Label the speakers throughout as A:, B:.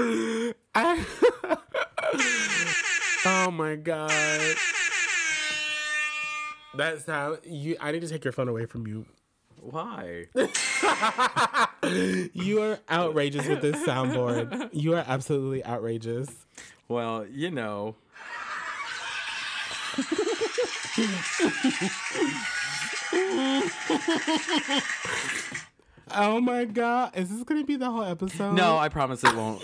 A: Oh my god. That's how you. I need to take your phone away from you.
B: Why?
A: You are outrageous with this soundboard. You are absolutely outrageous.
B: well, you know.
A: Oh my god, is this gonna be the whole episode?
B: No, I promise it won't.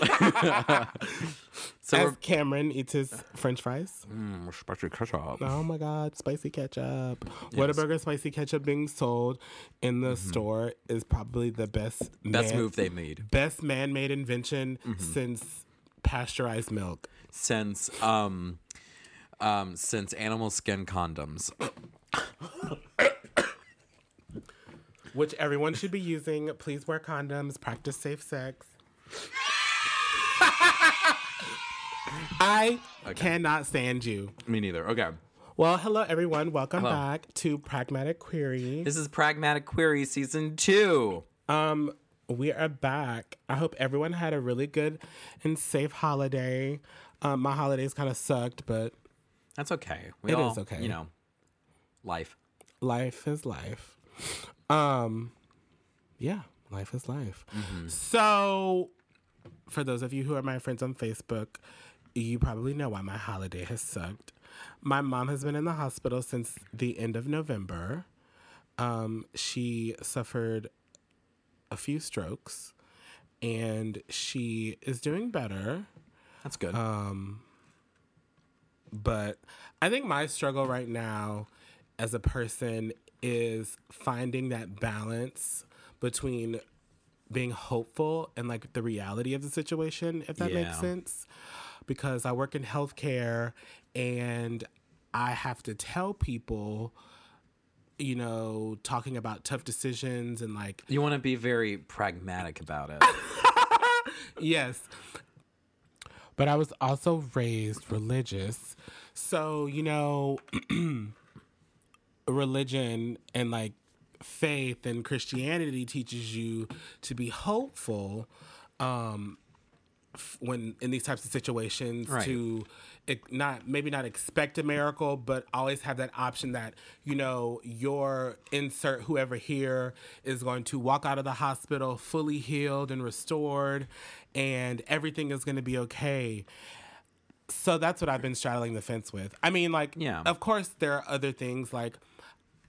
B: so
A: As
B: we're
A: Cameron eats his French fries.
B: Mm, spicy ketchup.
A: Oh my god, spicy ketchup. Whataburger spicy ketchup being sold in the store is probably the best.
B: Mm-hmm. Best
A: man-
B: move Mm-hmm. they made
A: Best man-made invention since pasteurized milk.
B: since um um since animal skin condoms.
A: which everyone should be using. Please wear condoms, practice safe sex. I cannot stand you.
B: Me neither. Okay.
A: Well, hello everyone. Welcome
B: Hello.
A: back to Pragmatic Query.
B: This is Pragmatic Query season 2.
A: Um, we are back. I hope everyone had a really good and safe holiday. Um, my holidays kind of sucked, but
B: That's okay. We
A: It
B: all,
A: is okay.
B: You know, life.
A: life is life. Um, yeah, life is life. So, for those of you who are my friends on Facebook, you probably know why my holiday has sucked. My mom has been in the hospital since the end of November. Um, she suffered a few strokes and she is doing better.
B: That's
A: Uh,
B: good.
A: But I think my struggle right now as a person is finding that balance between being hopeful and like the reality of the situation, if that
B: Yeah.
A: makes sense. Because I work in healthcare and I have to tell people, you know, talking about tough decisions and like
B: you want to be very pragmatic about it.
A: yes. But I was also raised religious. So, you know, religion and like faith and Christianity teaches you to be hopeful um f- when in these types of situations
B: Right.
A: to ex- not maybe not expect a miracle but always have that option that you know your insert whoever here is going to walk out of the hospital fully healed and restored and everything is going to be okay so that's what I've been straddling the fence with. I mean, like,
B: Yeah.
A: of course, there are other things like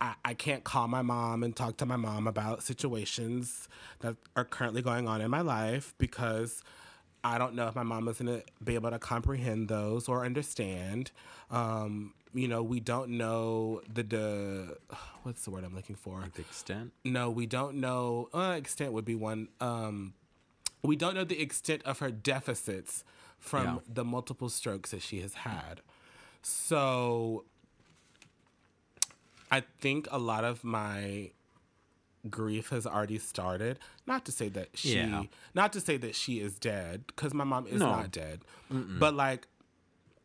A: I, I can't call my mom and talk to my mom about situations that are currently going on in my life because I don't know if my mom is going to be able to comprehend those or understand. Um, you know, we don't know the, the what's the word I'm looking for?
B: the extent.
A: no, we don't know. Uh, extent would be one. Um, we don't know the extent of her deficits from
B: Yeah.
A: the multiple strokes that she has had. So I think a lot of my grief has already started. Not to say that she,
B: Yeah.
A: not to say that she is dead, because my mom is
B: No.
A: not dead. But like,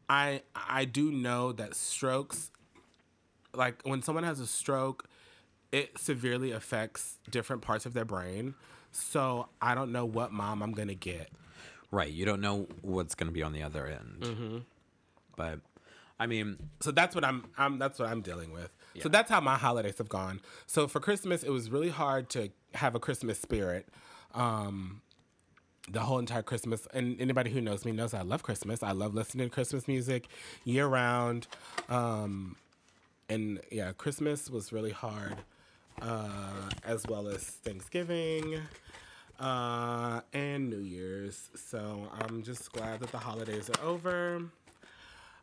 A: I I do know that strokes like when someone has a stroke, it severely affects different parts of their brain. So I don't know what mom I'm gonna get.
B: Right. You don't know what's going to be on the other end.
A: Mm-hmm.
B: But, I mean,
A: So that's what I'm, I'm that's what I'm dealing with. So that's how my holidays have gone. So for Christmas, it was really hard to have a Christmas spirit. Um, the whole entire Christmas, and anybody who knows me knows I love Christmas. I love listening to Christmas music year round. Um, and yeah, Christmas was really hard, uh, as well as Thanksgiving uh, and New Year's. So I'm just glad that the holidays are over.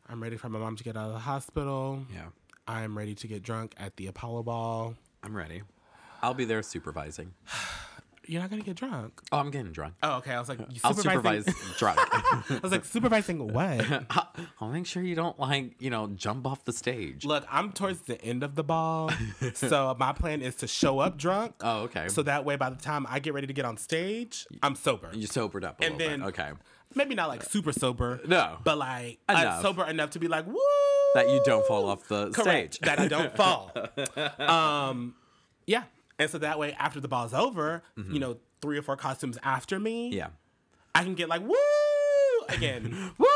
A: I'm ready for my mom to get out of the hospital.
B: yeah,
A: I'm ready to get drunk at the Apollo Ball.
B: I'm ready. I'll be there supervising.
A: You're not gonna get drunk.
B: Oh, I'm getting drunk.
A: Oh, okay. I was like, you
B: I'll
A: supervising-
B: supervise drunk.
A: I was like, supervising what?
B: I'll make sure you don't, like, you know, jump off the stage.
A: Look, I'm towards the end of the ball, so my plan is to show up drunk.
B: Oh, okay.
A: So that way, by the time I get ready to get on stage, I'm sober.
B: you sobered up a
A: And
B: little
A: then-
B: bit. Okay.
A: Maybe not like super sober.
B: No.
A: But like uh,
B: Enough.
A: sober enough to be like, woo!
B: That you don't fall off the
A: Correct.
B: stage.
A: That I don't fall. um, yeah. And so that way, after the ball's over,
B: Mm-hmm.
A: you know, three or four costumes after me,
B: yeah.
A: I can get like, woo! Again.
B: Woo!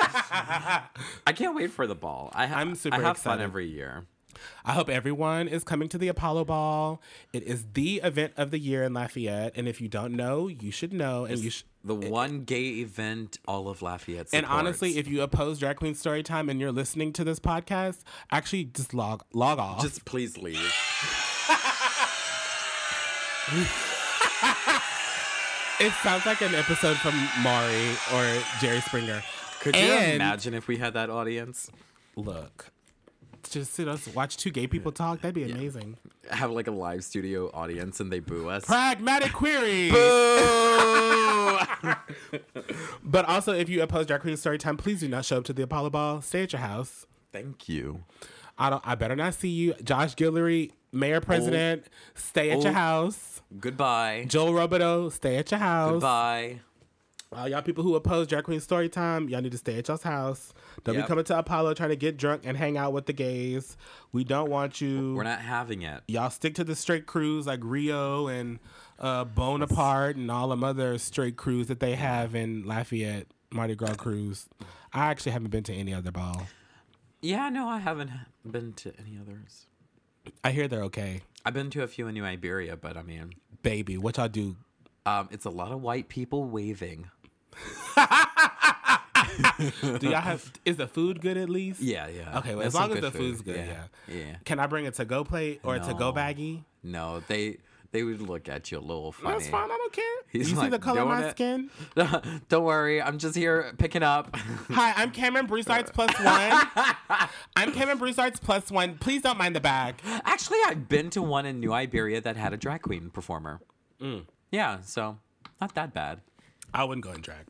B: I can't wait for the ball. I ha-
A: I'm super
B: I have
A: excited.
B: fun every year.
A: I hope everyone is coming to the Apollo Ball. It is the event of the year in Lafayette, and if you don't know, you should know. And you sh-
B: The one gay event all of Lafayette.
A: and honestly,
B: supports.
A: if you oppose drag queen story time and you're listening to this podcast, actually just log log off.
B: just please leave.
A: it sounds like an episode from Maury or Jerry Springer.
B: Could you
A: And-
B: imagine if we had that audience?
A: Look, just sit us watch two gay people talk. That'd be amazing.
B: Have like a live studio audience and they boo us.
A: Pragmatic query. But also, if you oppose drag queen story time, please do not show up to the Apollo Ball. Stay at your house.
B: Thank you.
A: I don't. I better not see you, Josh Guillory, Mayor President. Stay at your
B: Oh.
A: house.
B: Goodbye.
A: Joel Robideau, stay at your house.
B: Goodbye.
A: All y'all people who oppose drag queen story time, y'all need to stay at y'all's house. Don't
B: Yep.
A: be coming to Apollo trying to get drunk and hang out with the gays. We don't want you.
B: We're not having it.
A: y'all stick to the straight crews like Rio and uh, Bonaparte and all them other straight crews that they have in Lafayette Mardi Gras crews. I actually haven't been to any other ball.
B: Yeah, no, I haven't been to any others.
A: I hear they're okay,
B: I've been to a few in New Iberia, but I mean,
A: baby. What y'all do?
B: um, it's a lot of white people waving.
A: Do y'all have? is the food good at least?
B: Yeah, yeah.
A: Okay, well,
B: There's
A: as long
B: some
A: as the food's good,
B: yeah. Yeah.
A: Can I bring a to go plate or a to go
B: No.
A: baggie?
B: No, they they would look at you a little funny.
A: That's fine. I don't care.
B: He's
A: you see
B: like
A: the color of
B: doing
A: my
B: it.
A: skin?
B: Don't worry, I'm just here picking up.
A: Hi, I'm Cameron Broussard's plus one. I'm Cameron Broussard's plus one. Please don't mind the bag.
B: Actually, I've been to one in New Iberia that had a drag queen performer.
A: Mm.
B: Yeah, so not that bad.
A: I wouldn't go in drag.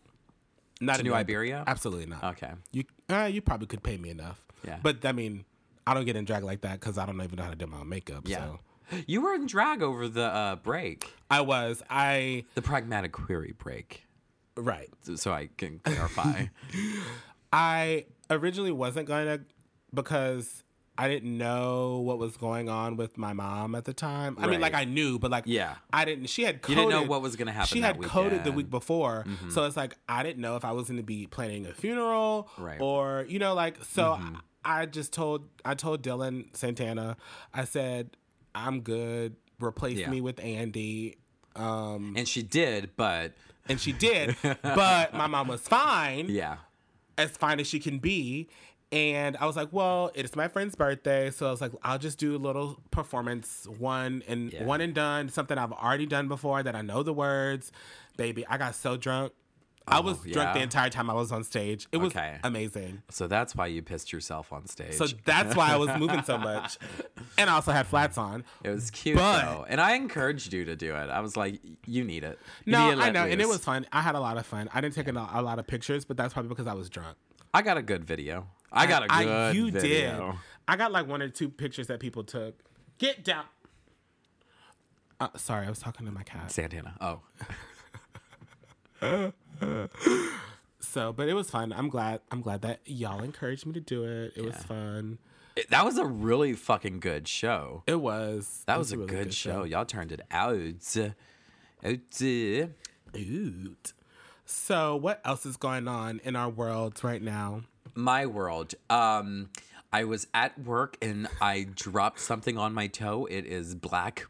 A: Not
B: To
A: in
B: New
A: Ib-
B: Iberia?
A: Absolutely not.
B: Okay.
A: You uh, you probably could pay me enough.
B: Yeah.
A: But I mean, I don't get in drag like that because I don't even know how to do my own makeup.
B: Yeah.
A: So
B: You were in drag over the uh, break,
A: I was I
B: the pragmatic query break,
A: right.
B: so I can clarify.
A: I originally wasn't going to because I didn't know what was going on with my mom at the time. I mean, like
B: Right.
A: I knew, but like
B: Yeah.
A: I didn't. She had
B: You
A: coded,
B: didn't know what was gonna happen
A: She
B: that
A: had coded
B: weekend.
A: the
B: Mm-hmm.
A: week before, so it's like I didn't know if I was going to be planning a funeral
B: Right. Mm-hmm.
A: or you know, like so. I, I just told I told Dylan Santana. I said I'm good. Replace
B: Yeah.
A: me with Andy. Um,
B: and she did, but
A: and she did, but my mom was fine
B: yeah,
A: as fine as she can be. And I was like, well, it's my friend's birthday, so I was like, I'll just do a little performance, one and
B: Yeah.
A: one and done, something I've already done before that I know the words. Baby, I got so drunk. I was drunk the
B: Oh, yeah?
A: entire time I was on stage. It was
B: Okay.
A: amazing.
B: so that's why you pissed yourself on stage.
A: So that's why I was moving so much. And I also had flats on.
B: it was cute
A: but-
B: though, and I encouraged you to do it. I was like, you need it. You
A: No,
B: need to
A: I
B: let
A: know. And it
B: loose.
A: was fun. I had a lot of fun. I didn't take a, a lot of pictures, but that's probably because I was drunk.
B: I got a good video. I got a good. video.
A: I got like one or two pictures that people took. Get down. Uh, sorry, I was talking to my cat.
B: Santana. Oh,
A: So, but it was fun. I'm glad. I'm glad that y'all encouraged me to do it. It was fun.
B: It- that was a really fucking good show.
A: It was.
B: That
A: it
B: was a
A: really
B: good, show. Y'all turned it out. Out.
A: Ooh. So, what else is going on in our world right now?
B: My world. Um, I was at work and I dropped something on my toe. It is black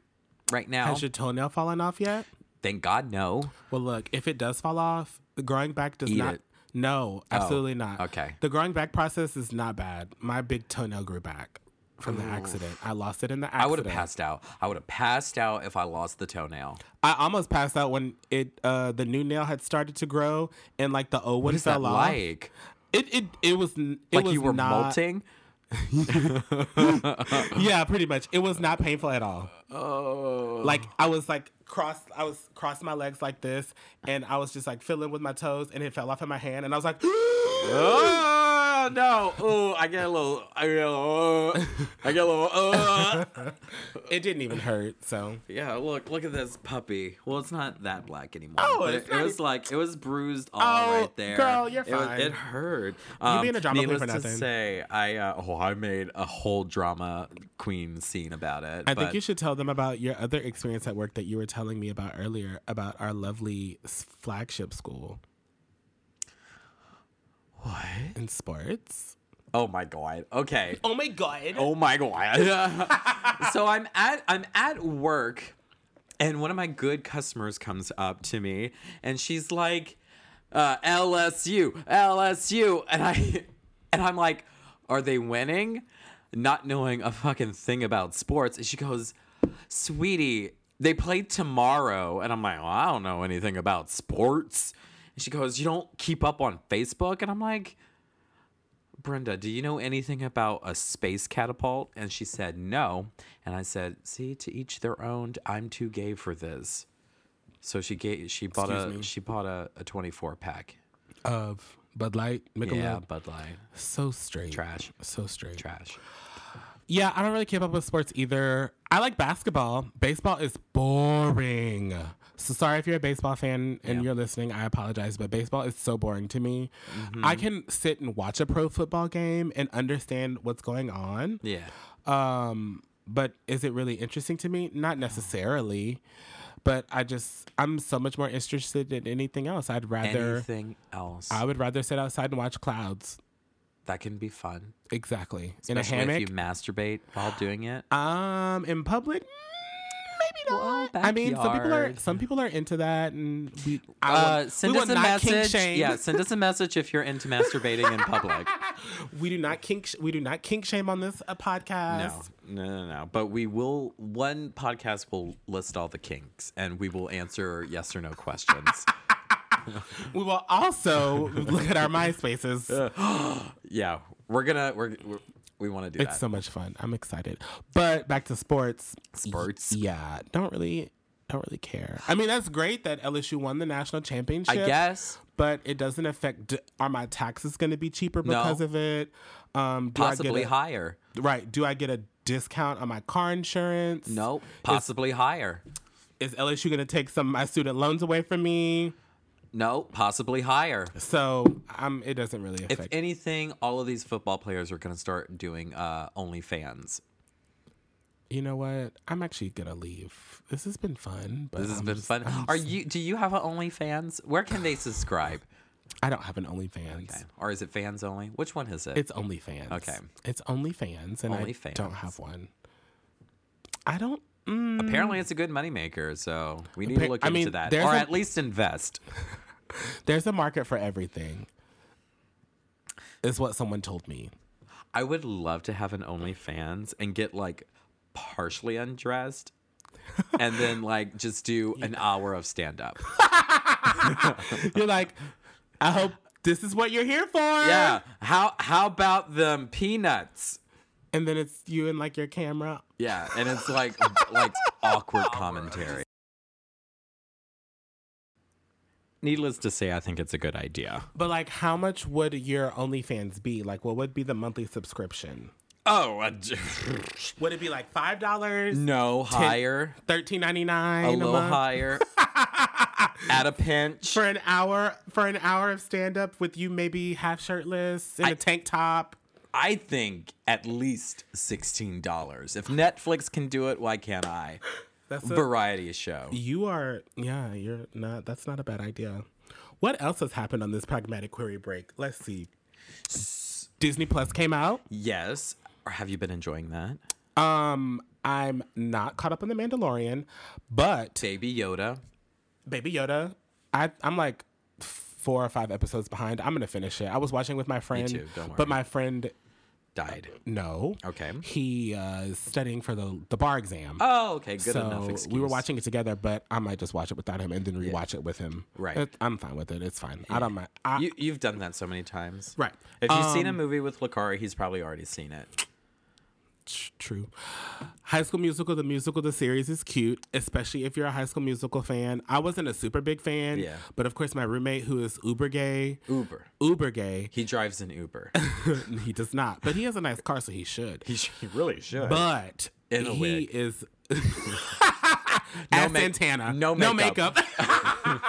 B: right now.
A: Has your toenail fallen off yet?
B: Thank God, no.
A: Well, look, if it does fall off, the growing back does
B: Eat
A: not.
B: it. Oh,
A: No, absolutely not.
B: okay.
A: The growing back process is not bad. My big toenail grew back from the accident. I lost it in the accident.
B: I would have passed out. I would have passed out if I lost the toenail.
A: I almost passed out when it uh the new nail had started to grow and like the old one
B: What is that
A: fell off.
B: like?
A: It it it was n- it
B: Like
A: was
B: you were
A: not,
B: molting?
A: Yeah, pretty much. It was not painful at all.
B: Oh.
A: Like I was like cross I was crossed my legs like this and I was just like fiddling with my toes and it fell off in my hand and I was like
B: Oh no! Oh, I get a little. I get a little. Uh, I get a little. Uh.
A: it didn't even hurt, so
B: Yeah, look, look at this puppy. Well, it's not that black anymore.
A: Oh,
B: but
A: it's
B: it,
A: not
B: it was
A: even-
B: like it was bruised all
A: Oh,
B: right there.
A: girl, you're
B: It was-
A: fine.
B: It, hurt. Um,
A: being a drama queen
B: needless
A: for
B: to
A: nothing.
B: say, I uh, oh, I made a whole drama queen scene about it.
A: I
B: but
A: think you should tell them about your other experience at work that you were telling me about earlier about our lovely s- flagship school.
B: What?
A: in sports.
B: Oh my god. Okay.
A: Oh my god.
B: Oh my god. so I'm at I'm at work and one of my good customers comes up to me and she's like uh, LSU, LSU and I and I'm like are they winning? Not knowing a fucking thing about sports. And she goes, "Sweetie, they play tomorrow." And I'm like, well, "I don't know anything about sports." And she goes, "You don't keep up on Facebook?" And I'm like, Brenda, do you know anything about a space catapult? And she said, no. And I said, see, to each their own. I'm too gay for this. So she gave, she bought
A: Excuse
B: a,
A: me.
B: she bought a, a 24 pack.
A: Of Bud Light, Michelob.
B: Yeah, Bud Light,
A: So straight.
B: Trash.
A: So straight.
B: trash.
A: Yeah, I don't really keep up with sports either. I like basketball. Baseball is boring. So sorry if you're a baseball fan and you're listening. I apologize, but baseball is so boring to me.
B: Mm-hmm.
A: I can sit and watch a pro football game and understand what's going on.
B: Yeah.
A: Um, but is it really interesting to me? Not necessarily. But I just I'm so much more interested in anything else. I'd rather
B: Anything else
A: I would rather sit outside and watch clouds.
B: that can be fun,
A: Exactly.
B: especially
A: in a
B: if
A: hammock.
B: you masturbate while doing it.
A: Um, in public, mm, maybe
B: Well,
A: not. I mean, some people are
B: backyard.
A: some people are into that, and we I
B: Uh,
A: will-
B: send
A: we
B: us
A: will
B: a
A: not kink
B: message.
A: shame.
B: Yeah, send us a message if you're into masturbating in public.
A: we do not kink. sh- We do not kink shame on this uh,
B: No,
A: podcast.
B: no, no, no. But we will. One podcast will list all the kinks, and we will answer yes or no questions.
A: We will also look at our MySpaces.
B: yeah, we're gonna. We're, we're we want to do
A: It's
B: that.
A: so much fun. I'm excited. But back to sports.
B: Sports.
A: Yeah, don't really, don't really care. I mean, that's great that LSU won the national championship.
B: I guess
A: but it doesn't affect. d- Are my taxes going to be cheaper because of it? Um, do I get
B: possibly
A: a-
B: higher.
A: Right. Do I get a discount on my car insurance?
B: No, possibly higher.
A: Is LSU going to take some of my student loans away from me?
B: No, possibly higher.
A: So um, it doesn't really
B: If
A: affect.
B: anything, all of these football players are gonna start doing uh, OnlyFans.
A: you know what? I'm actually going to leave. This has been fun. But
B: This has
A: I'm
B: been
A: just-
B: fun.
A: I'm
B: Are
A: just-
B: you? Do you have an OnlyFans? Where can they subscribe?
A: I don't have an OnlyFans.
B: Okay. Or is it fans only? Which one is it?
A: It's OnlyFans.
B: Okay.
A: It's OnlyFans, and I
B: OnlyFans.
A: don't have one. I don't. Mm,
B: Apparently, it's a good moneymaker, so we need to
A: Appar-
B: look
A: I
B: into
A: mean,
B: that,
A: there's
B: or
A: a-
B: at least invest.
A: there's a market for everything. Is what someone told me.
B: I would love to have an OnlyFans and get like partially undressed, and then like just do an hour of stand up.
A: You're like, I hope this is what you're here for.
B: Yeah. How how about them peanuts?
A: And then it's you and like your camera
B: Yeah, and it's like like awkward commentary. Needless to say, I think it's a good idea.
A: But like, how much would your OnlyFans be? Like, what would be the monthly subscription?
B: Oh, I-
A: Would it be like five dollars,
B: no higher,
A: thirteen ninety
B: a
A: nine a
B: little
A: month
B: higher, at a pinch.
A: for an hour for an hour of stand up with you maybe half shirtless in a tank top?
B: I think at least sixteen dollars. If Netflix can do it, why can't I?
A: That's a,
B: Variety show.
A: you are yeah, you're not. That's not a bad idea. What else has happened on this pragmatic query break? Let's see. Disney Plus came out.
B: Yes. Or have you been enjoying that?
A: Um, I'm not caught up on the Mandalorian, but
B: Baby Yoda.
A: Baby Yoda. I I'm like four or five episodes behind. I'm gonna finish it. I was watching with my friend,
B: too, don't worry.
A: but my friend
B: Died.
A: no.
B: Okay.
A: He uh, is studying for the the bar exam.
B: Oh, okay. Good enough
A: so
B: excuse.
A: we were watching it together, but I might just watch it without him and then rewatch it with him.
B: Right.
A: It- I'm fine with it. It's fine. I don't mind. I,
B: You, you've done that so many times.
A: Right. Um,
B: If you've seen a movie with Lakari, he's probably already seen it.
A: Tr- True. High School Musical, the musical, the series is cute, especially if you're a High School Musical fan. I wasn't a super big fan,
B: Yeah.
A: but of course, my roommate, who is uber gay,
B: Uber.
A: uber gay,
B: He drives an Uber.
A: he does not, but he has a nice car, so he should.
B: he, sh- he really should.
A: but
B: In a
A: he
B: wig.
A: is as
B: ma-
A: Santana.
B: no makeup.
A: makeup.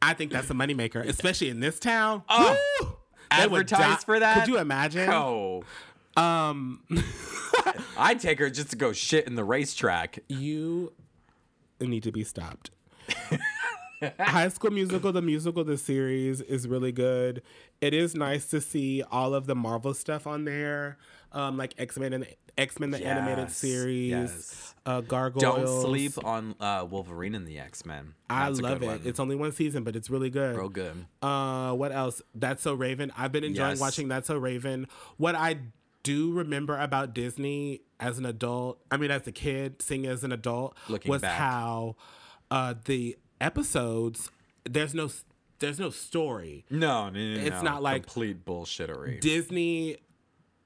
A: I think that's a moneymaker, especially in this town.
B: Oh,
A: Woo! They would die-
B: Advertise for that.
A: Could you imagine?
B: Oh.
A: Um,
B: I'd take her just to go shit in the racetrack.
A: you need to be stopped. High School Musical, the musical, the series is really good. It is nice to see all of the Marvel stuff on there, um, like X Men and X Men the animated
B: Yes,
A: series,
B: yes.
A: uh, Gargoyles.
B: Don't sleep on uh, Wolverine and the X Men.
A: I love it. It's only one season, but it's really good.
B: real good.
A: Uh, what else? That's So Raven. I've been enjoying
B: Yes.
A: watching That's So Raven. What I do remember about Disney as an adult, I mean, as a kid, seeing it as an adult,
B: Looking
A: was
B: back.
A: how uh, the episodes there's no there's no story.
B: No, no, no,
A: It's
B: no.
A: not like-
B: complete bullshittery.
A: Disney,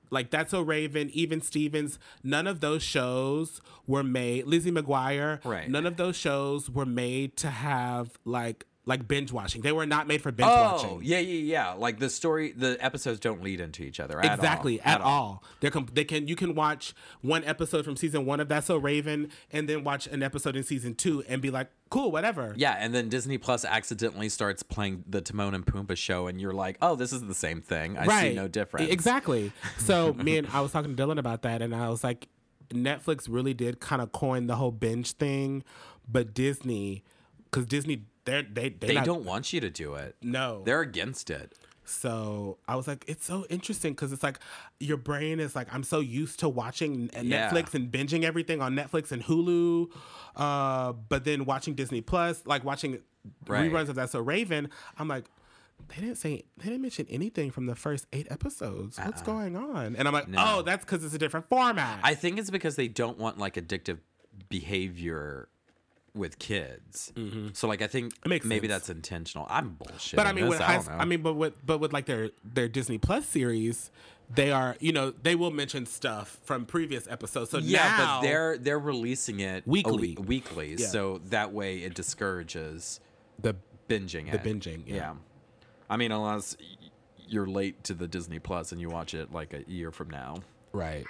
A: like That's So Raven, even Stevens, none of those shows were made. Lizzie McGuire,
B: Right.
A: None of those shows were made to have like like binge watching. They were not made for binge watching.
B: oh, yeah, yeah, yeah. Like the story, the episodes don't lead into each other at all.
A: exactly at, all. They're com- they can you can watch one episode from season one of That's So Raven and then watch an episode in season two and be like, cool, whatever.
B: Yeah, and then Disney Plus accidentally starts playing the Timon and Pumbaa show, and you're like, "Oh, this is the same thing. I see no difference."
A: E-, Exactly. So me and I was talking to Dylan about that, and I was like, Netflix really did kind of coin the whole binge thing, but Disney, because Disney they're, they they
B: They don't want you to do it.
A: know.
B: They're against it.
A: So I was like, it's so interesting because it's like your brain is like, I'm so used to watching N- uh,
B: Yeah.
A: Netflix and binging everything on Netflix and Hulu, uh, but then watching Disney Plus, like watching
B: Right.
A: reruns of That's So Raven. I'm like, they didn't say, they didn't mention anything from the first eight episodes. What's going on? And I'm like, oh, that's because it's a different format.
B: Uh-uh. I think it's because they don't want like addictive behavior with kids. So like I think
A: Mm-hmm. makes
B: maybe
A: sense.
B: that's intentional. I'm bullshit.
A: But I mean, with
B: I,
A: high,
B: don't know.
A: I mean, but with but with like their their Disney Plus series, they are you know they will mention stuff from previous episodes. So
B: yeah,
A: now,
B: but they're they're releasing it a
A: Weekly.
B: wee- weekly, so that way it discourages
A: the
B: binging.
A: the
B: it.
A: binging. Yeah.
B: I mean, unless y- you're late to the Disney Plus and you watch it like a year from now.
A: Right.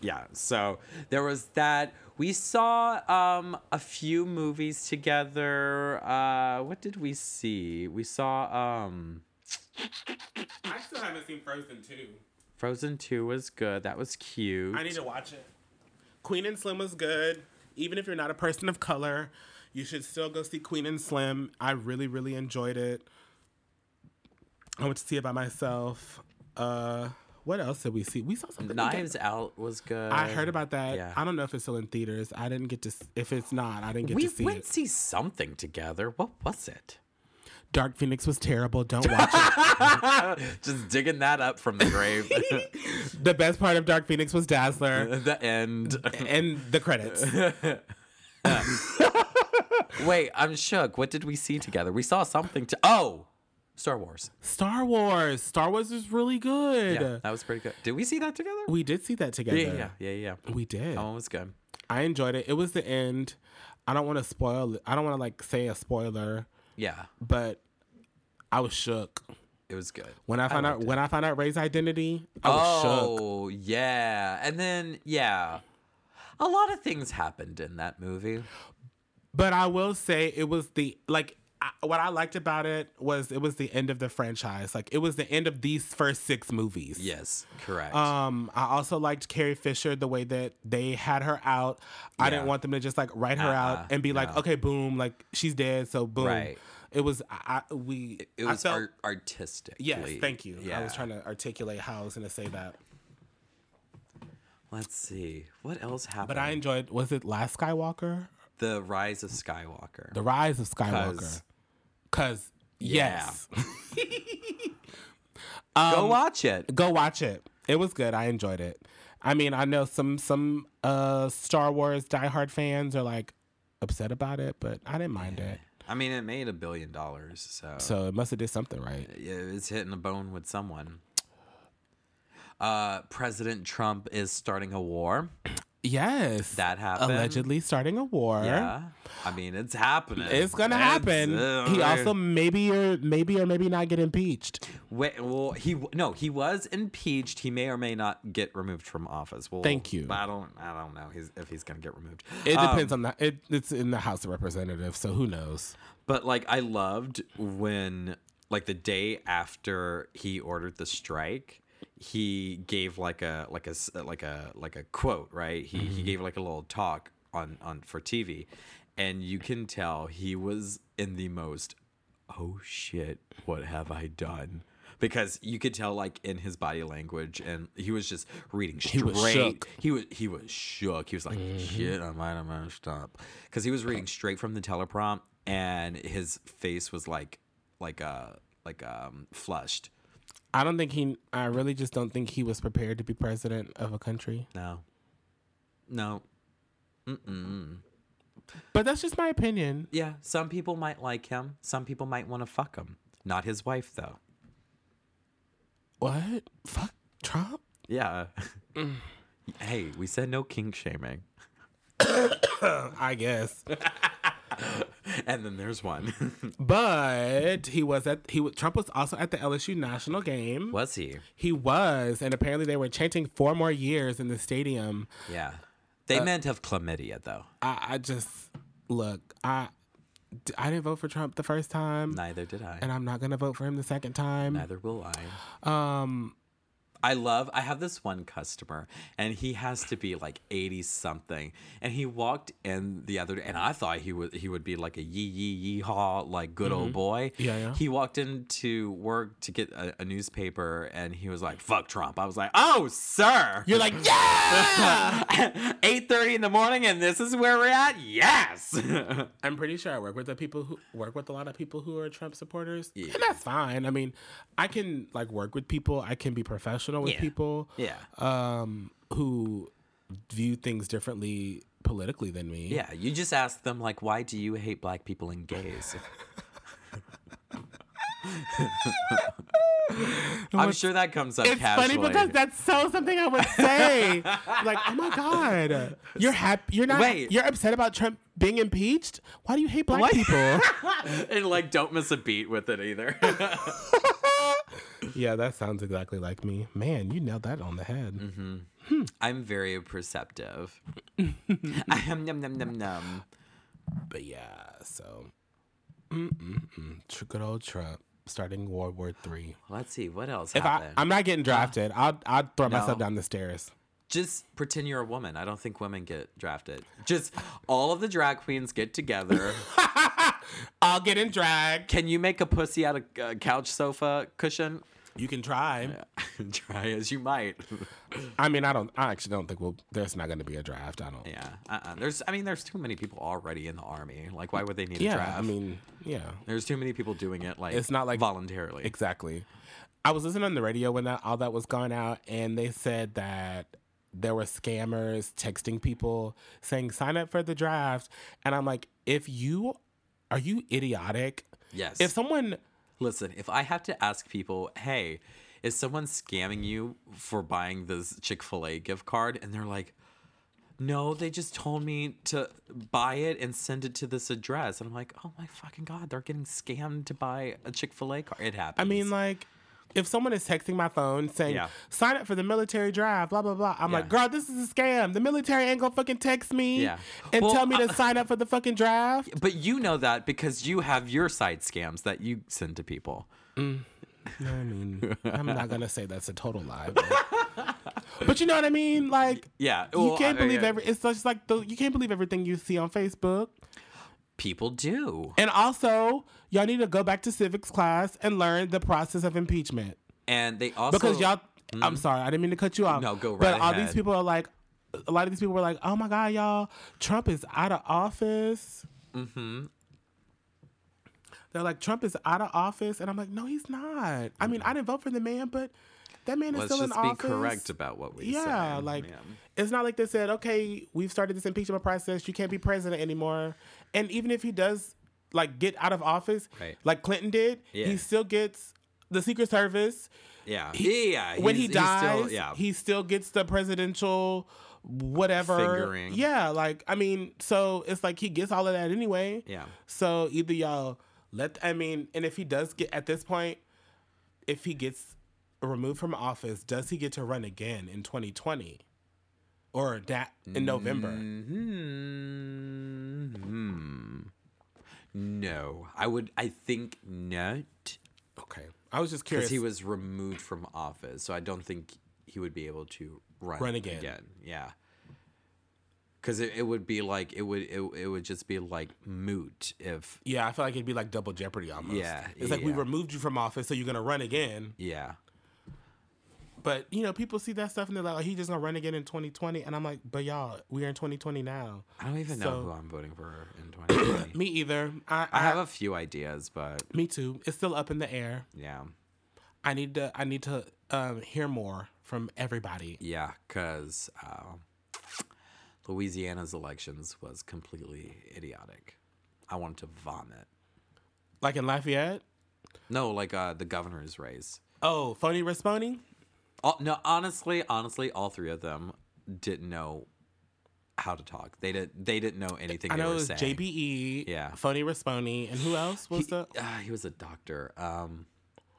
B: Yeah. So there was that. We saw um, a few movies together. Uh, what did we see? We saw um,
A: I still haven't seen Frozen 2.
B: Frozen Two was good. That was cute.
A: I need to watch it. Queen and Slim was good. Even if you're not a person of color, you should still go see Queen and Slim. I really, really enjoyed it. I went to see it by myself. Uh, what else did we see? We saw something.
B: Knives Out was good.
A: I heard about that.
B: Yeah.
A: I don't know if it's still in theaters. I didn't get to. s- If it's not, I didn't get
B: We
A: to see
B: went
A: it.
B: see something together. What was it?
A: Dark Phoenix was terrible. Don't watch it.
B: Just digging that up from the grave.
A: The best part of Dark Phoenix was Dazzler
B: the end.
A: and the credits.
B: Wait, I'm shook. What did we see together? We saw something to Oh, Star Wars.
A: Star Wars. Star Wars is really good.
B: Yeah, that was pretty good. Did we see that together?
A: We did see that together.
B: yeah, yeah, Oh. yeah, yeah. yeah.
A: We did.
B: That one was good.
A: I enjoyed it. It was the end. I don't want to spoil it. I don't want to like say a spoiler,
B: Yeah,
A: but I was shook
B: it was good.
A: when I found out when I found out Ray's identity. I was shook.
B: Oh, yeah. And then yeah. A lot of things happened in that movie.
A: But I will say it was the like I, what I liked about it was it was the end of the franchise. Like it was the end of these first six movies.
B: Yes, correct.
A: Um, I also liked Carrie Fisher the way that they had her out. I didn't
B: Yeah.
A: want them to just like write her
B: Uh-uh,
A: out and be like, okay, boom, like she's dead, so boom.
B: Right.
A: It was I, I- we.
B: it
A: I
B: was
A: felt-
B: art- artistic.
A: Yes, thank you. I was trying to articulate how I was going to say that,
B: Let's see what else happened.
A: but I enjoyed. Was it Last Skywalker?
B: the rise of Skywalker.
A: The Rise of Skywalker?
B: 'Cause-
A: Because yes, Um,
B: Go watch it.
A: go watch it. It was good. I enjoyed it. I mean, I know some some uh Star Wars diehard fans are like upset about it, but I didn't mind it.
B: I mean, it made a billion dollars, so,
A: So it must have did something right.
B: yeah, it's hitting a bone with someone. Uh, President Trump is starting a war.
A: Yes,
B: That happened.
A: allegedly starting a war.
B: Yeah, I mean, it's happening.
A: It's gonna
B: It's-
A: happen.
B: uh,
A: he also maybe or maybe or maybe not get impeached.
B: Wait, well, he no, he was impeached. He may or may not get removed from office. Well,
A: Thank you.
B: I don't, I don't know he's, if he's gonna get removed.
A: It
B: Um,
A: depends on the it, it's in the House of Representatives, so who knows?
B: But like I loved when like the day after he ordered the strike,
A: Mm-hmm.
B: he gave like a like a s- like a like a quote, right? He he gave like a little talk on on for TV, and you can tell he was in the most oh shit, what have I done? Because you could tell, like in his body language, and he was just reading straight. He
A: was
B: was
A: shook.
B: shook. He was, He was like, "Shit, I might have messed up," because he was reading straight from the teleprompt, and his face was like, like uh, like um, flushed.
A: I don't think he. I really just don't think he was prepared to be president of a country.
B: No, no,
A: But that's just my opinion.
B: yeah. Some people might like him. Some people might want to fuck him. Not his wife, though.
A: What? Fuck Trump.
B: Yeah. hey, we said no kink shaming.
A: I guess.
B: And then there's one.
A: But he was at he wa- Trump was also at the LSU national game.
B: Was he?
A: He was, and apparently they were chanting four more years in the stadium.
B: Yeah. They meant of chlamydia, though.
A: I, I just look. I d- I didn't vote for Trump the first time,
B: Neither did I.
A: and I'm not gonna vote for him the second time.
B: Neither will I.
A: Um,
B: I love, I have this one customer, and he has to be like 80 something. And he walked in the other day, and I thought he would he would be like a yee yee yee haw, like good old boy.
A: Mm-hmm. Yeah, yeah.
B: He walked into work to get a, a newspaper, and he was like, fuck Trump. I was like, oh, sir.
A: you're like yeah.
B: 8.30 in the morning, and this is where we're at? Yes.
A: I'm pretty sure I work with the people who work with a lot of people who are Trump supporters, and that's fine. I mean, I can like work with people. I can be professional with
B: Yeah.
A: people.
B: yeah.
A: um, who view things differently politically than me.
B: Yeah, you just ask them like, why do you hate black people and gays? I'm sure that comes up
A: It's
B: casually.
A: funny because that's so something I would say. like, oh my god, you're happy. You're not.
B: Wait.
A: You're upset about Trump being impeached. Why do you hate black people?
B: and like, don't miss a beat with it either.
A: yeah, that sounds exactly like me. Man, you nailed that on the head.
B: Mm-hmm. I'm very perceptive. Ahem, num, num, num, num.
A: But yeah, so Mm-mm-mm. Tr- good old Trump starting World War Three.
B: Let's see what else
A: If I,
B: happened.
A: I'm not getting drafted, I'll I'll throw myself
B: No.
A: down the stairs.
B: just pretend you're a woman. I don't think women get drafted. Just all of the drag queens get together.
A: I'll get in drag.
B: Can you make a pussy out of a couch sofa cushion?
A: You can try.
B: Try as you might.
A: I mean, I don't. I actually don't think we'll. There's not going to be a draft. I don't.
B: Yeah, uh-uh. there's. I mean, there's too many people already in the army. Like, why would they need
A: Yeah.
B: a draft?
A: I mean, yeah.
B: there's too many people doing it. Like,
A: It's not like-
B: voluntarily.
A: Exactly. I was listening on the radio when that all that was going out, and they said that there were scammers texting people saying sign up for the draft, and I'm like, if you are you idiotic?
B: yes.
A: If someone
B: Listen, if I have to ask people, hey, is someone scamming you for buying this Chick Fil A gift card? And they're like, no, they just told me to buy it and send it to this address. And I'm like, oh my fucking god, they're getting scammed to buy a Chick Fil A card. It happens.
A: I mean, like, if someone is texting my phone saying,
B: Yeah.
A: sign up for the military drive, blah, blah, blah, I'm like,
B: Yeah.
A: girl, this is a scam. The military ain't gonna fucking text me
B: Yeah.
A: and
B: Well,
A: tell me to
B: I-
A: sign up for the fucking draft.
B: but you know that because you have your side scams that you send to people.
A: I mean, I'm not gonna say that's a total lie. but- But you know what I mean? Like,
B: Yeah,
A: you
B: well,
A: can't
B: I- I-
A: believe every. It's just like the, you can't believe everything you see on Facebook.
B: People do.
A: And also, y'all need to go back to civics class and learn the process of impeachment.
B: And they also
A: because y'all I'm sorry, I didn't mean to cut you off.
B: mm-hmm. No, go
A: But
B: right
A: all these
B: ahead.
A: people are like a lot of these people were like, "Oh my god, y'all, Trump is out of office." Mhm.
B: Mm-hmm.
A: They're like, "Trump is out of office." And I'm like, "No, he's not." I mean, I didn't vote for the man, but that man
B: Mm.
A: is
B: let's
A: still
B: just
A: in
B: be
A: office.
B: correct about what we say.
A: yeah, like it's not like they said, "Okay, we've started this impeachment process. You can't be president anymore." And even if he does like get out of office,
B: Right.
A: like Clinton did,
B: Yeah.
A: he still gets the Secret Service
B: yeah,
A: he-
B: yeah.
A: when
B: Uh, he's-
A: he
B: he's
A: dies,
B: still- yeah.
A: he still gets the presidential whatever.
B: Fingering.
A: Yeah, like I mean, so it's like he gets all of that anyway.
B: Yeah.
A: So either y'all let I mean, and if he does get at this point, if he gets removed from office, does he get to run again in 2020 or that in November?
B: Mm. Mm-hmm. Hmm. No, I would. I think not
A: Okay, I was just
B: because
A: curious.
B: he was removed from office, so I don't think he would be able to run,
A: Run again.
B: Yeah, because it, it would be like it would it, it would just be like moot if
A: Yeah, I feel like it'd be like double jeopardy almost.
B: Yeah,
A: It's like we
B: yeah.
A: removed you from office, so you're gonna run again.
B: yeah
A: But you know, people see that stuff and they're like, oh, he just gonna run again in 2020. And I'm like, but y'all, we are in 2020 now.
B: I don't even know
A: So-
B: who I'm voting for in 2020.
A: Me either. I,
B: I have a few ideas, but
A: me too. It's still up in the air.
B: yeah,
A: I need to. I need to um, hear more from everybody.
B: yeah, because uh, Louisiana's elections was completely idiotic. I wanted to vomit.
A: Like in Lafayette.
B: No, like uh, the governor's race.
A: Oh, phony responding.
B: All, no, honestly, honestly, all three of them didn't know how to talk. They did. They didn't know anything.
A: I
B: they
A: know
B: were
A: it was
B: saying.
A: JBE.
B: Yeah.
A: Phony responding, and who else was the?
B: Ah, he was a doctor. Um,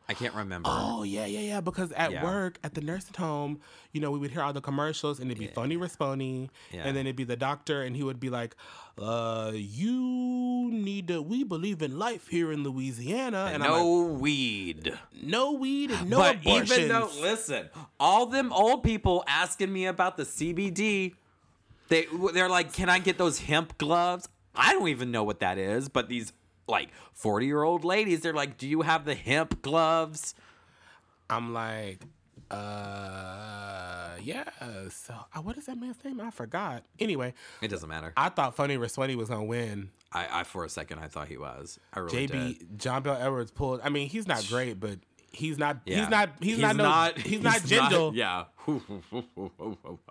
B: I can't remember.
A: Oh yeah, yeah, yeah. Because at
B: Yeah.
A: work, at the nursing home, you know, we would hear all the commercials, and it'd be phony responding,
B: Yeah.
A: and then it'd be the doctor, and he would be like, "Uh, you need to. We believe in life here in Louisiana, and I'm like,
B: no weed.
A: no weed and no
B: but
A: abortions.
B: even though, listen, all them old people asking me about the CBD, they they're like, "Can I get those hemp gloves?" I don't even know what that is, but these like forty year old ladies, they're like, "Do you have the hemp gloves?"
A: I'm like, uh, yeah. So uh, what is that man's name? I forgot. Anyway,
B: It doesn't matter. I,
A: I thought Funny Raswetti was gonna win.
B: I, for a second I thought he was. I really did.
A: JB John Bell Edwards pulled. I mean, he's not great, but he's not.
B: Yeah.
A: He's not. He's, not, no- He's, not Jindal.
B: yeah.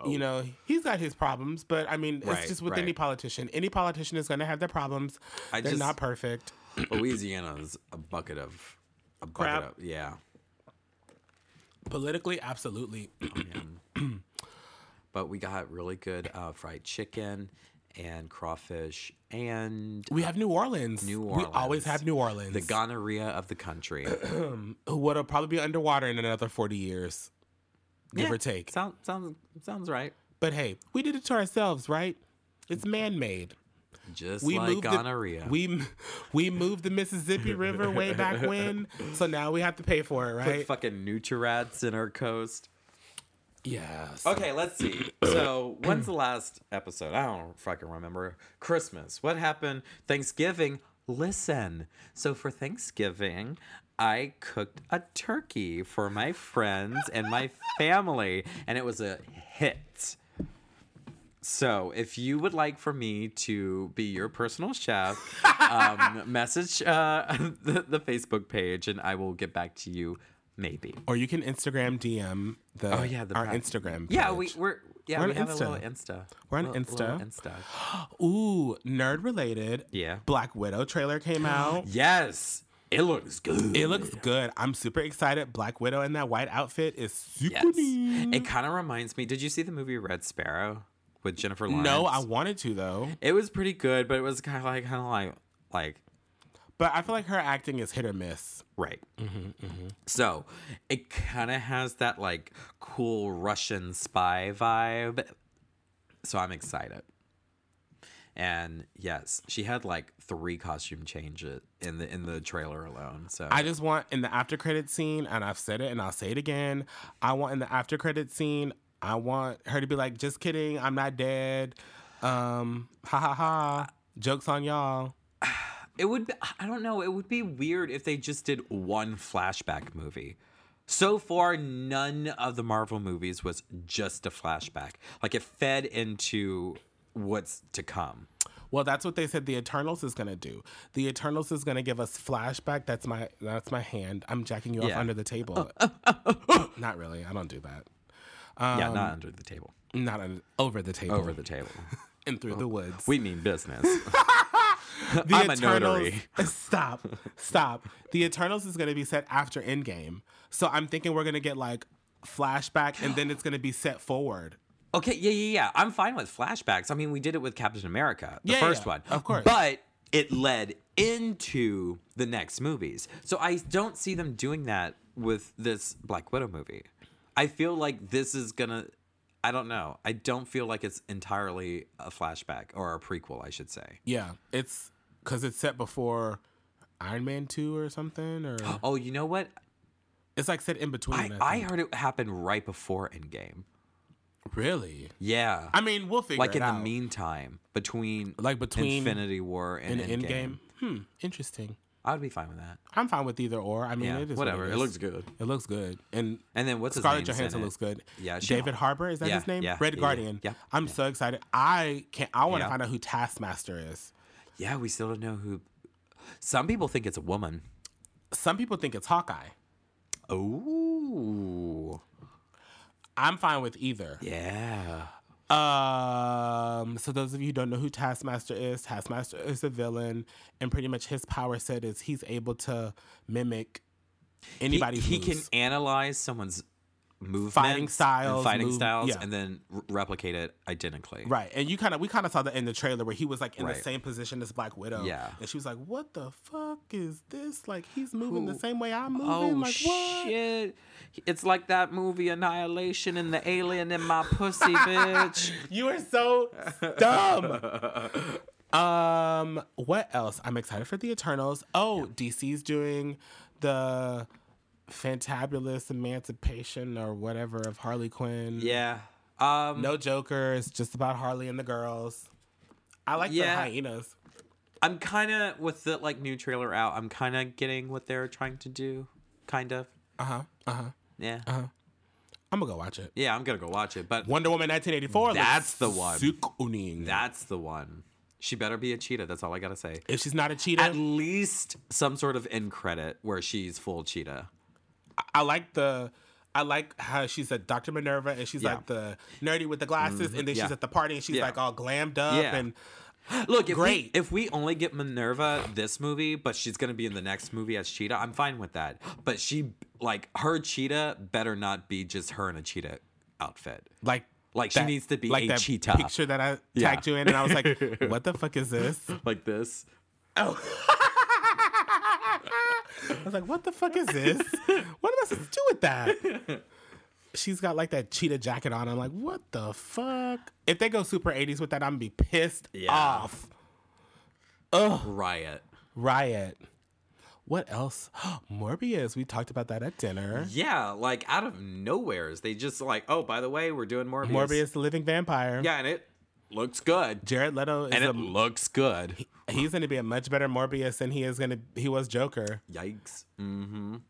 A: You know, he's got his problems, but I mean,
B: Right,
A: it's just with
B: right.
A: any politician. Any politician is gonna have their problems.
B: I
A: They're
B: just-
A: not perfect.
B: Louisiana's a bucket of a bucket
A: Crap.
B: of yeah.
A: Politically, absolutely.
B: but we got really good uh, fried chicken and crawfish and
A: We have New Orleans.
B: New
A: We always
B: Orleans.
A: have New Orleans.
B: the gonorrhea of the country.
A: who will probably be underwater in another forty years, give
B: Yeah,
A: or take.
B: Sounds sounds sounds right.
A: But hey, we did it to ourselves, right? It's man-made.
B: Just
A: We
B: like
A: moved
B: gonorrhea.
A: The, we we moved the Mississippi River way back when, so now we have to pay for it,
B: Put
A: right?
B: fucking Nutri-Rats in our coast.
A: Yes.
B: Okay, let's see. So, when's the last episode? I don't fucking remember. Christmas. What happened? Thanksgiving. Listen. So, for Thanksgiving, I cooked a turkey for my friends and my family, and it was a hit. So, if you would like for me to be your personal chef, um, message uh, the, the Facebook page and I will get back to you, maybe.
A: Or you can Instagram DM the,
B: Oh, yeah, the
A: our
B: pri-
A: Instagram.
B: Yeah, we,
A: page.
B: we're yeah
A: We're
B: we
A: on
B: have a
A: Insta.
B: little Insta.
A: We're on
B: Little- little
A: Insta.
B: Insta.
A: ooh nerd related.
B: Yeah.
A: Black Widow trailer came out.
B: Yes, it looks good.
A: It looks good. I'm super excited. Black Widow in that white outfit is super
B: yes.
A: neat.
B: It kind of reminds me. Did you see the movie Red Sparrow with Jennifer Lawrence?
A: No, I wanted to though,
B: It was pretty good, but it was kind of like kind of like like
A: but I feel like her acting is hit or miss.
B: right.
A: Mm-hmm,
B: So it kind of has that like cool Russian spy vibe. So I'm excited. And yes, she had like three costume changes in the in the trailer alone. So
A: I just want in the after credit scene, and I've said it and I'll say it again. I want in the after credit scene, I want her to be like, just kidding, I'm not dead. Um, ha ha ha. Joke's on y'all.
B: It would. Be, I don't know. It would be weird if they just did one flashback movie. So far, none of the Marvel movies was just a flashback. Like it fed into what's to come.
A: Well, that's what they said the Eternals is gonna do. The Eternals is gonna give us flashback. That's my that's my hand. I'm jacking you off
B: Yeah.
A: under the table. not really. I don't do that.
B: yeah, not under the table.
A: Not under, over the table.
B: Over the table.
A: and through the woods.
B: We mean business.
A: the
B: I'm a notary.
A: Stop. Stop. The Eternals is going to be set after Endgame. So I'm thinking we're going to get like flashback and then it's going to be set forward.
B: okay. Yeah, yeah, yeah. I'm fine with flashbacks. I mean, we did it with Captain America, the
A: Yeah,
B: first
A: yeah,
B: one,
A: of course.
B: But it led into the next movies. So I don't see them doing that with this Black Widow movie. I feel like this is gonna. I don't know. I don't feel like it's entirely a flashback or a prequel, I should say.
A: Yeah. It's because it's set before Iron Man 2 or something, or
B: Oh, you know what?
A: it's like set in between.
B: I, I heard it happen right before Endgame.
A: Really?
B: Yeah.
A: I mean, we'll figure
B: like in
A: it
B: the
A: out.
B: meantime, between
A: Like between
B: Infinity War and,
A: in the end game. Hmm. Interesting.
B: I would be fine with that.
A: I'm fine with either or. I mean,
B: Yeah,
A: it is
B: whatever.
A: What
B: It,
A: it, is.
B: looks good.
A: It looks good. And
B: And then what's
A: Scarlett
B: his name?
A: Johansson looks good.
B: Yeah, she-
A: David Harbour is that
B: Yeah,
A: his name?
B: yeah,
A: Red
B: yeah, yeah,
A: Guardian.
B: yeah,
A: I'm so excited. I can't. I want to
B: Yeah.
A: find out who Taskmaster is.
B: Yeah, we still don't know who. Some people think it's a woman.
A: Some people think it's Hawkeye.
B: Oh.
A: I'm fine with either.
B: Yeah.
A: Um, so those of you who don't know who Taskmaster is, Taskmaster is a villain, and pretty much his power set is he's able to mimic
B: He-
A: anybody.
B: he,
A: who's-
B: can analyze someone's movements, and
A: styles,
B: fighting
A: move-
B: styles,
A: yeah.
B: and then r- replicate it identically.
A: Right. And you kind of, we kind of saw that in the trailer where he was like in the
B: Right.
A: same position as Black Widow.
B: Yeah.
A: And she was like, what the fuck is this? Like, he's moving
B: Who-
A: the same way I'm moving.
B: Oh
A: like, what?
B: shit! It's like that movie Annihilation and the alien in my pussy, bitch.
A: You are so dumb. um, what else? I'm excited for the Eternals. Oh, DC's doing the Fantabulous Emancipation or whatever of Harley Quinn.
B: Yeah. Um.
A: No Joker. It's just about Harley and the girls. I like
B: Yeah.
A: the hyenas.
B: I'm kind of with the like new trailer out. I'm kind of getting what they're trying to do, kind of.
A: Uh huh. Uh huh.
B: Yeah.
A: I'm gonna go watch it.
B: Yeah, I'm gonna go watch it, but
A: Wonder Woman 1984. looks
B: That's the one.
A: sickening.
B: that's the one. She better be a cheetah. That's all I gotta say.
A: if she's not a cheetah,
B: At least some sort of end credit where she's full cheetah.
A: I like the. I like how she's a Dr. Minerva and she's
B: Yeah. Mm-hmm.
A: like the nerdy with the glasses, and then
B: Yeah.
A: she's at the party and she's
B: Yeah.
A: like all glammed up.
B: Yeah.
A: And
B: Look, if
A: Great.
B: We, if we only get Minerva this movie, but she's gonna be in the next movie as cheetah, I'm fine with that. But she like her cheetah better not be just her in a cheetah outfit.
A: like,
B: Like, she needs to be a cheetah.
A: Picture that I
B: Yeah.
A: tagged you in, and I was like, "What the fuck is this?"
B: Like this.
A: I was like, "What the fuck is this? What am I supposed to do with that?" She's got like that cheetah jacket on. I'm like, "What the fuck?" If they go super 80s with that, I'm gonna be pissed
B: Yeah.
A: off.
B: Riot.
A: Riot. What else? Morbius. We talked about that at dinner.
B: Yeah, like out of nowheres, they just like, oh, by the way, we're doing Morbius.
A: Morbius, the living vampire.
B: Yeah, and it looks good.
A: Jared Leto is
B: And
A: a,
B: it looks good.
A: he's going to be a much better Morbius than he is going to he was Joker.
B: Yikes.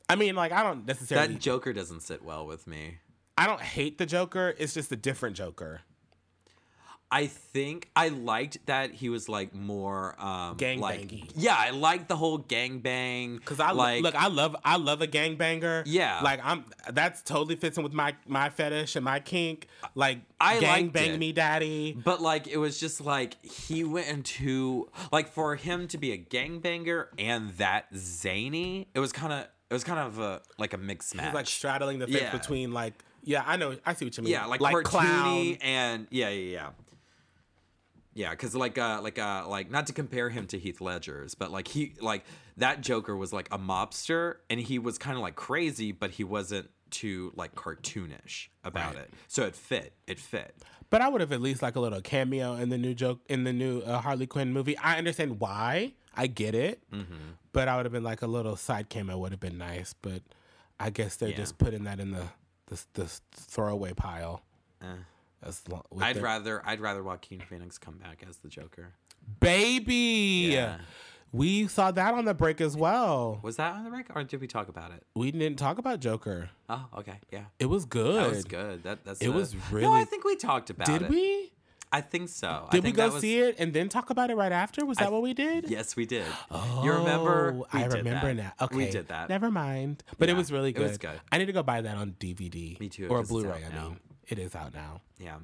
A: I mean, like I don't necessarily
B: That Joker doesn't sit well with me.
A: I don't hate the Joker. It's just a different Joker.
B: I think I liked that he was like more um like
A: Gangbangy.
B: Yeah, I liked the whole gangbang.
A: Cause I
B: like
A: like, look, I love, I love a gangbanger.
B: Yeah.
A: like I'm. That's totally fits in with my my fetish and my kink. Like,
B: I liked it.
A: gangbang me, daddy.
B: But like it was just like he went into like for him to be a gangbanger and that zany, it was kinda it was kind of a like a mixed match.
A: It's like straddling the fence
B: Yeah.
A: between like, yeah, I know, I see what you mean.
B: yeah, like, cartoony and yeah, yeah, yeah. Yeah, because like uh like uh like not to compare him to Heath Ledger's, but like he like that Joker was like a mobster and he was kind of like crazy, but he wasn't too like cartoonish about
A: Right.
B: it. So it fit. It fit.
A: But I would have at least like a little cameo in the new joke in the new uh, Harley Quinn movie. I understand why. I get it.
B: Mm-hmm.
A: But I would have been like a little side cameo would have been nice. But I guess they're just putting that in the the, the throwaway pile. As lo- with
B: Uh, I'd
A: their-
B: rather I'd rather Joaquin Phoenix come back as the Joker.
A: baby.
B: Yeah.
A: We saw that on the break as well.
B: Was that on the record or did we talk about it?
A: We didn't talk about Joker.
B: Oh, okay, yeah.
A: It was good.
B: That was good. That that's
A: It
B: a-
A: was
B: No, I
A: really-
B: think we talked about
A: Did
B: it.
A: we?
B: I think so. I
A: Did we
B: think
A: go
B: that was-
A: see it and then talk about it right after? Was that what we did?
B: Yes, we did. you remember?
A: Oh,
B: We
A: I
B: did
A: remember
B: that.
A: now. Okay,
B: we did that.
A: Never mind. But
B: Yeah,
A: it was really
B: it
A: good.
B: was good.
A: I need to go buy that on DVD.
B: Me too,
A: Or
B: 'cause it's
A: Blu-ray.
B: out
A: I
B: now.
A: mean, it is out now.
B: Yeah.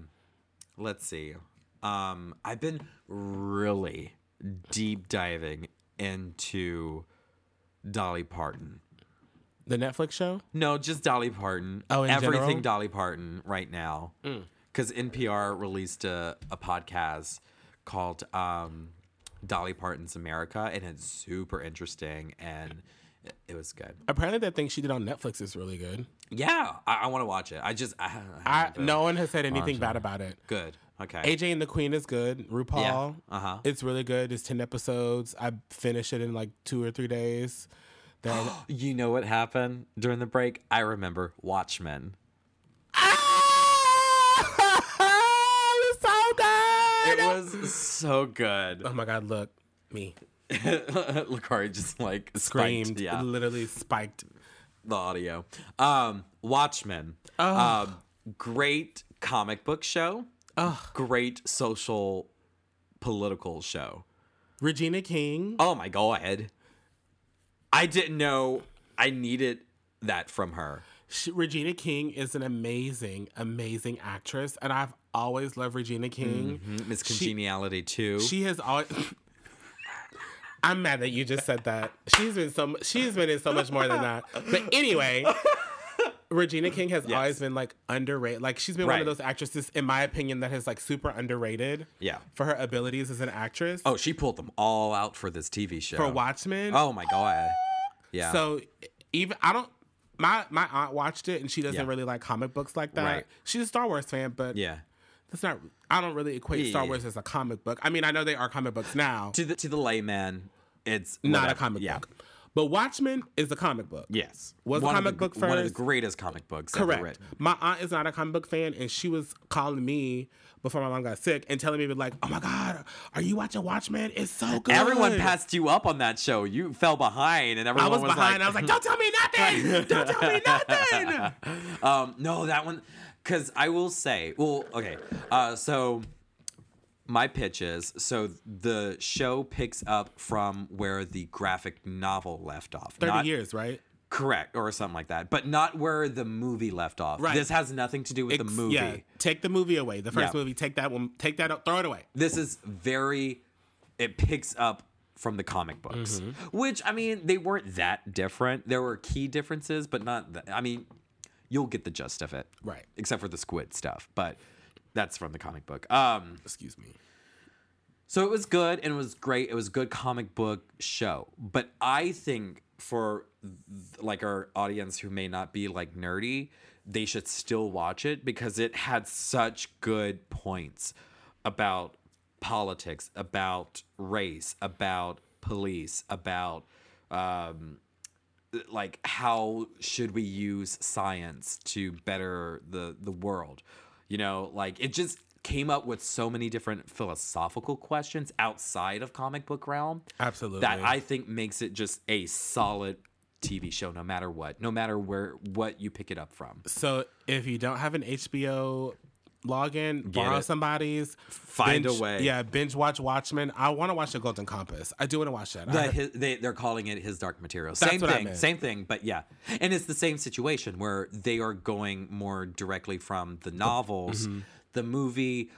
B: Let's see. Um, I've been really deep diving into Dolly Parton.
A: The Netflix show.
B: No, just Dolly Parton.
A: Oh, in
B: everything
A: general?
B: Dolly Parton right now. Because NPR released a, a podcast called um, Dolly Parton's America, and it's super interesting and it, it was good.
A: Apparently, that thing she did on Netflix is really good.
B: Yeah, I, I want to watch it. I just I,
A: I,
B: haven't been-
A: no one has said anything bad about it.
B: good. Okay.
A: AJ and the Queen is good. RuPaul.
B: Uh-huh.
A: It's really good. It's ten episodes. I finished it in like two or three days. Then
B: You know what
A: Ah!
B: happened during the break? I remember Watchmen. was so good.
A: Oh my God, look, me.
B: Lucari just like
A: Screamed.
B: screamed. Yeah.
A: Literally spiked.
B: the audio. Um, Watchmen. Um, great comic book show. Great social political show.
A: Regina King.
B: Oh my god. I didn't know I needed that from her.
A: She, Regina King is an amazing, amazing actress, and I've always loved Regina King.
B: Miss Congeniality too.
A: She has always. I'm mad that you just said that. She's been so. mu- She's been in so much more than that. But anyway, Regina King has always been like underrated. Like she's been one
B: Right.
A: of those actresses, in my opinion, that has like super underrated.
B: Yeah.
A: For her abilities as an actress.
B: oh, she pulled them all out for this TV show.
A: For Watchmen.
B: Oh my god. Yeah.
A: So e, even I don't. My my aunt watched it and she doesn't
B: Yeah.
A: really like comic books like that.
B: Right.
A: She's a Star Wars fan, but
B: yeah.
A: that's not. I don't really equate
B: Yeah,
A: Star
B: yeah,
A: Wars as a comic book. I mean, I know they are comic books now,
B: To the to the layman, it's
A: not a
B: whatever.
A: comic
B: yeah.
A: book. But Watchmen is a comic book.
B: Yes.
A: Was a
B: One of
A: comic
B: the-
A: book
B: One of the
A: first?
B: greatest comic books ever
A: Correct.
B: written.
A: My aunt is not a comic book fan, and she was calling me before my mom got sick and telling me, like, oh my God, are you watching Watchmen? It's so good.
B: Everyone passed you up on that show. You fell behind, and
A: I
B: everyone
A: was, behind.
B: Like,
A: I was like, don't tell me nothing. don't tell me nothing.
B: um, no, that one, because I will say, well, okay, uh, so my pitch is so the show picks up from where the graphic novel left off.
A: 30
B: not-
A: years, right?
B: correct, or something like that, but not where the movie left off.
A: Right.
B: This has nothing to do with the
A: Ex-
B: movie.
A: take the movie away. The first
B: Yeah.
A: movie, take that one, take that, out, throw it away.
B: this is very it picks up from the comic books
A: Mm-hmm.
B: which i mean they weren't that different there were key differences but not th- i mean you'll get the gist of it
A: Right.
B: except for the squid stuff but that's from the comic book um
A: Excuse me.
B: so it was good and it was great it was a good comic book show but i think for th- like our audience who may not be like nerdy they should still watch it because it had such good points about politics about race about police about um like how should we use science to better the the world you know like it just came up with so many different philosophical questions outside of comic book realm
A: Absolutely.
B: that i think makes it just a solid tv show no matter what no matter where what you pick it up from
A: so if you don't have an HBO login, borrow
B: it.
A: somebody's.
B: Find a
A: binge-
B: way.
A: Yeah, binge watch Watchmen. I want to watch The Golden Compass. I do want to watch that. I
B: But
A: heard-
B: his, they, they're calling it his dark material.
A: That's
B: same
A: what I
B: thing,
A: meant.
B: same thing. But yeah, and it's the same situation where they are going more directly from the novels,
A: Mm-hmm.
B: the movie.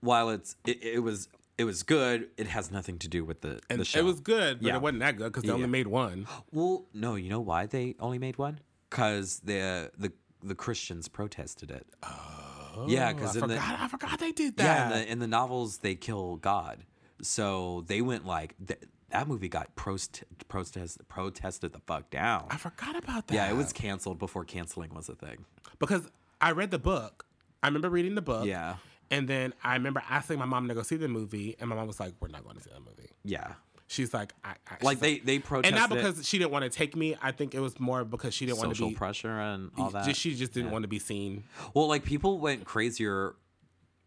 B: While it's it, it was it was good, it has nothing to do with the the show.
A: It was good, but
B: Yeah.
A: it wasn't that good because they only made one.
B: well, no, you know why they only made one? Because the the the Christians protested it. Oh, yeah, because
A: I
B: in
A: forgot.
B: the
A: I forgot they did
B: yeah
A: that.
B: in the, in the novels they kill God, so they went like. Th- that movie got prost- protest protested the fuck down.
A: I forgot about that.
B: Yeah, it was canceled before canceling was a thing.
A: because I read the book. I remember reading the book.
B: Yeah.
A: And then I remember asking my mom to go see the movie, and my mom was like, "We're not going to see that movie."
B: Yeah.
A: She's like, "I." I she's
B: Like they they protested
A: and not because she didn't want to take me. I think it was more because she didn't want to
B: social
A: be.
B: pressure and all that.
A: Just, she just didn't want to be seen.
B: well, like people went crazier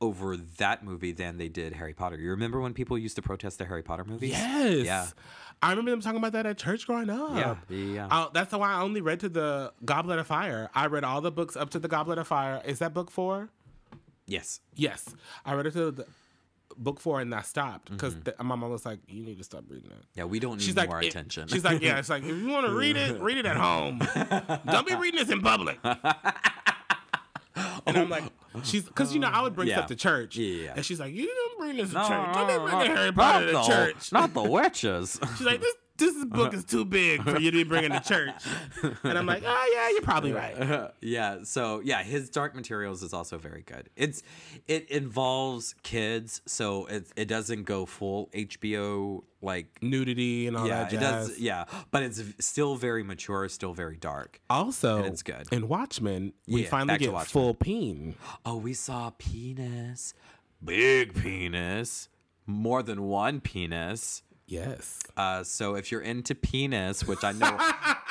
B: over that movie than they did Harry Potter. You remember when people used to protest the Harry Potter movies?
A: Yes.
B: Yeah.
A: I remember them talking about that at church growing up.
B: Yeah, yeah.
A: Uh, that's why I only read to the Goblet of Fire. I read all the books up to the Goblet of Fire. Is that book four?
B: Yes.
A: Yes, I read it to the book four and I stopped
B: Mm-hmm.
A: because my mom was like, "You need to stop reading it."
B: Yeah, we don't need
A: She's like,
B: more
A: "It-"
B: attention.
A: She's like, "Yeah." It's like if you want to read it, read it at home. Don't be reading this in public. And I'm like, she's because you know I would bring
B: Yeah.
A: stuff to church,
B: Yeah, yeah, yeah.
A: and she's like, "You don't bring this to
B: No,
A: church.
B: no,
A: Don't be
B: no,
A: bringing
B: no,
A: Harry Potter to
B: not the-
A: church."
B: Not the witches.
A: She's like, "This this book is too big for you to be bringing to church," and I'm like, "Oh yeah, you're probably right."
B: yeah so yeah his dark materials is also very good it's it involves kids so it, it doesn't go full hbo like
A: Nudity and all
B: yeah
A: that
B: it
A: jazz.
B: does yeah but it's v- still very mature still very dark
A: Also,
B: it's good.
A: In Watchmen, we
B: Yeah,
A: finally
B: back to
A: get
B: Watchmen.
A: full peen.
B: oh we saw penis big penis more than one penis
A: Yes.
B: uh, so if you're into penis which i know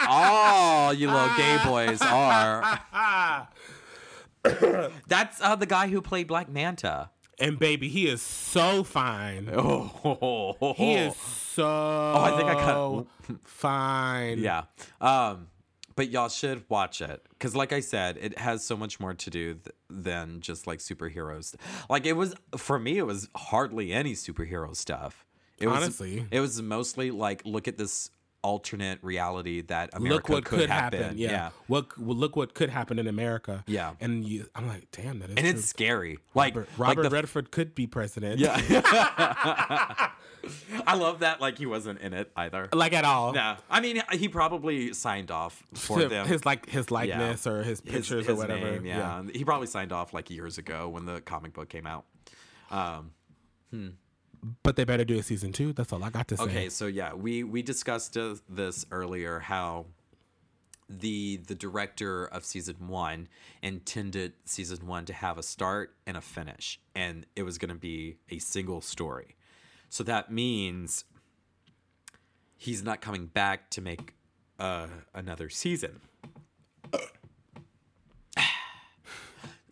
B: all you little gay boys are that's uh, the guy who played black manta
A: And baby, he is so fine.
B: Oh,
A: He is so oh,
B: I think I cut-
A: fine.
B: Yeah. Um, but y'all should watch it because, like I said, it has so much more to do th- than just like superheroes. Like it was for me, it was hardly any superhero stuff. It was,
A: Honestly.
B: it was mostly like look at this alternate reality that America
A: Look what could, happen. Yeah.
B: yeah.
A: What well, look what could happen in America.
B: Yeah.
A: And you, I'm like, damn, that is
B: and
A: true.
B: it's scary. Like
A: Robert,
B: like the
A: Redford could be president.
B: Yeah. I love that. Like he wasn't in it either.
A: Like at all.
B: Yeah. I mean, he probably signed off for
A: To
B: them.
A: His like his likeness or his pictures or whatever.
B: name, yeah. He probably signed off like years ago when the comic book came out. Um,
A: But they better do a season two. That's all I got to say.
B: okay, so yeah, we we discussed uh, this earlier how the the director of season 1 intended season 1 to have a start and a finish and it was going to be a single story. So that means he's not coming back to make uh, another season.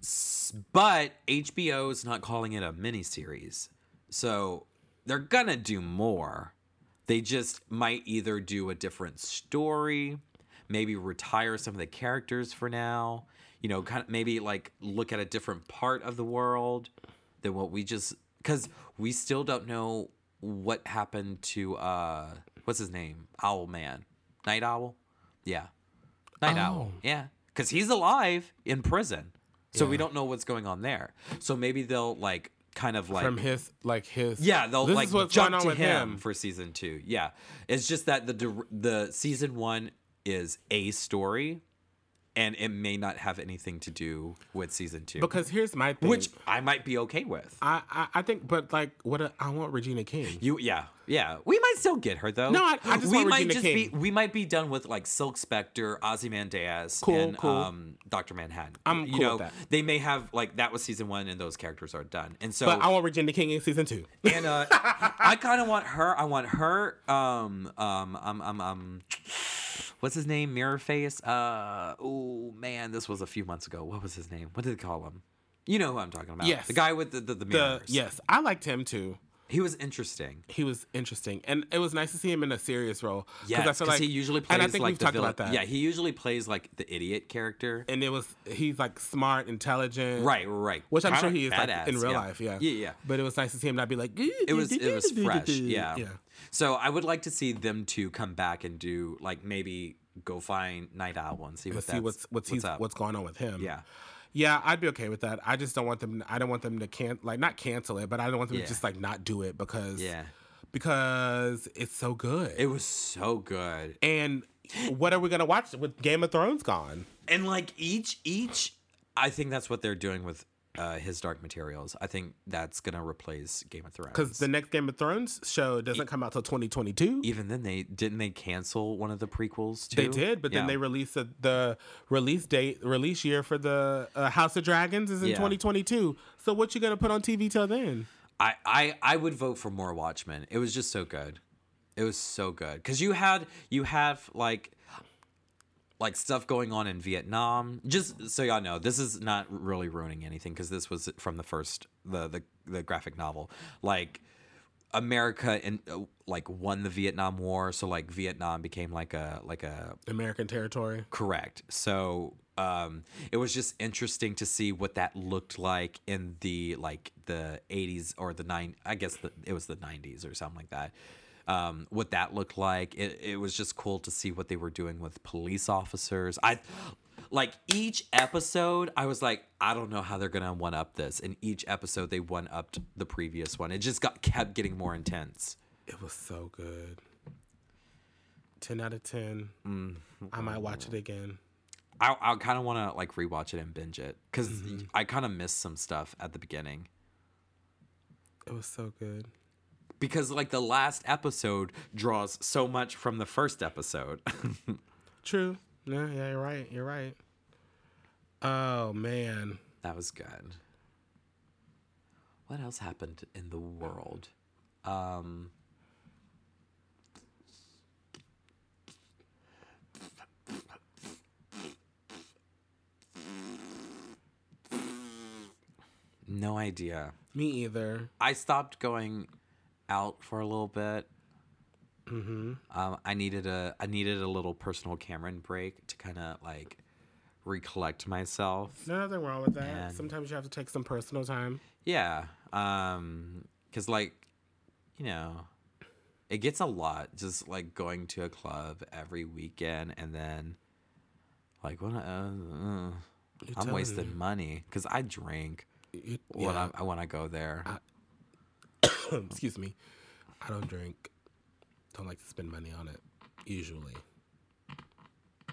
B: S- but HBO is not calling it a miniseries, so they're gonna do more. They just might either do a different story, maybe retire some of the characters for now. You know, kind of maybe like look at a different part of the world than what we just because we still don't know what happened to uh what's his name owl man night owl yeah night owl
A: Oh.
B: yeah because he's alive in prison so we don't know what's going on there so maybe they'll like kind of like
A: From his like his
B: yeah they'll
A: this
B: like
A: is what's
B: jump
A: going on
B: to
A: with
B: him, for season two yeah it's just that the dir- the season one is a story and it may not have anything to do with season two
A: Because here's my thing.
B: which i might be okay with
A: I, I I think but like what a, I want Regina King.
B: You yeah yeah. We might still get her though.
A: No, I- I just
B: we
A: want
B: might
A: Regina
B: just
A: King.
B: be we might be done with like Silk Spectre, Ozymandias,
A: Cool,
B: and
A: cool.
B: um Doctor Manhattan.
A: I'm
B: you
A: cool
B: know
A: with that.
B: they may have like that was season one and those characters are done. And so
A: But I want Regina King in season two.
B: and uh, I kind of want her. I want her. Um, um, um, um, um, what's his name? Mirror face. Uh, oh man, this was a few months ago. What was his name? What did they call him? You know who I'm talking about.
A: Yes.
B: the guy with the the, the
A: The,
B: mirrors.
A: yes, I liked him too.
B: he was interesting.
A: He was interesting, and it was nice to see him in a serious role.
B: Yeah, because he usually plays
A: and I think
B: like
A: we've
B: the
A: talked
B: villain-
A: about that.
B: Yeah, he usually plays like the idiot character.
A: and it was he's like smart, intelligent,
B: right, right.
A: Which I'm
B: Kinda
A: sure he is
B: badass,
A: like, in real
B: yeah.
A: life, yeah,
B: Yeah, yeah.
A: But it was nice to see him not be like.
B: It was it was fresh. Yeah. So I would like to see them two come back and do like maybe go find Night Owl and see what
A: See
B: that's,
A: what's what's he's,
B: up.
A: what's going on with him.
B: yeah.
A: yeah, I'd be okay with that. I just don't want them. I don't want them to can like not cancel it, but I don't want them
B: Yeah.
A: to just like not do it because
B: Yeah.
A: because it's so good.
B: It was so good.
A: and what are we gonna watch with Game of Thrones gone?
B: And like each each I think that's what they're doing with uh, his dark materials. I think that's gonna replace Game of Thrones.
A: Because the next Game of Thrones show doesn't come out till 2022.
B: even then they didn't they cancel one of the prequels too?
A: They did, but then
B: Yeah.
A: they released the, the release date, release year for the uh, House of Dragons is in
B: Yeah.
A: 2022. So what you gonna put on TV till then?
B: I, I I would vote for more Watchmen. It was just so good. It was so good because you had you have like like stuff going on in Vietnam. Just so y'all know, this is not really ruining anything because this was from the first the the, the graphic novel. Like America and uh, like won the Vietnam War, so like Vietnam became like a like a
A: American territory.
B: Correct. So um, it was just interesting to see what that looked like in the like the 80s or the nine. I guess the, it was the 90s or something like that. Um, what that looked like. It, it was just cool to see what they were doing with police officers. I like each episode. I was like, I don't know how they're gonna one up this. And each episode, they one upped the previous one. It just got kept getting more intense.
A: It was so good. 10 out of 10.
B: Mm.
A: I might watch it again.
B: I, I kind of want to like rewatch it and binge it because I kind of missed some stuff at the beginning
A: It was so good.
B: because like the last episode draws so much from the first episode.
A: True. No, yeah, you're right. You're right. Oh man.
B: that was good. What else happened in the world? Um, no idea.
A: Me either.
B: I stopped going out for a little bit. Mm-hmm. Um, I needed a I needed a little personal Cameron break to kind of like recollect myself.
A: There's nothing wrong with that.
B: Man.
A: Sometimes you have to take some personal time.
B: Yeah, um, because like you know, it gets a lot just like going to a club every weekend and then like what uh, uh, I'm
A: telling
B: wasting money because I drink
A: It-
B: when
A: yeah.
B: I, I want to go there.
A: Excuse me. I don't drink. Don't like to spend money on it. Usually.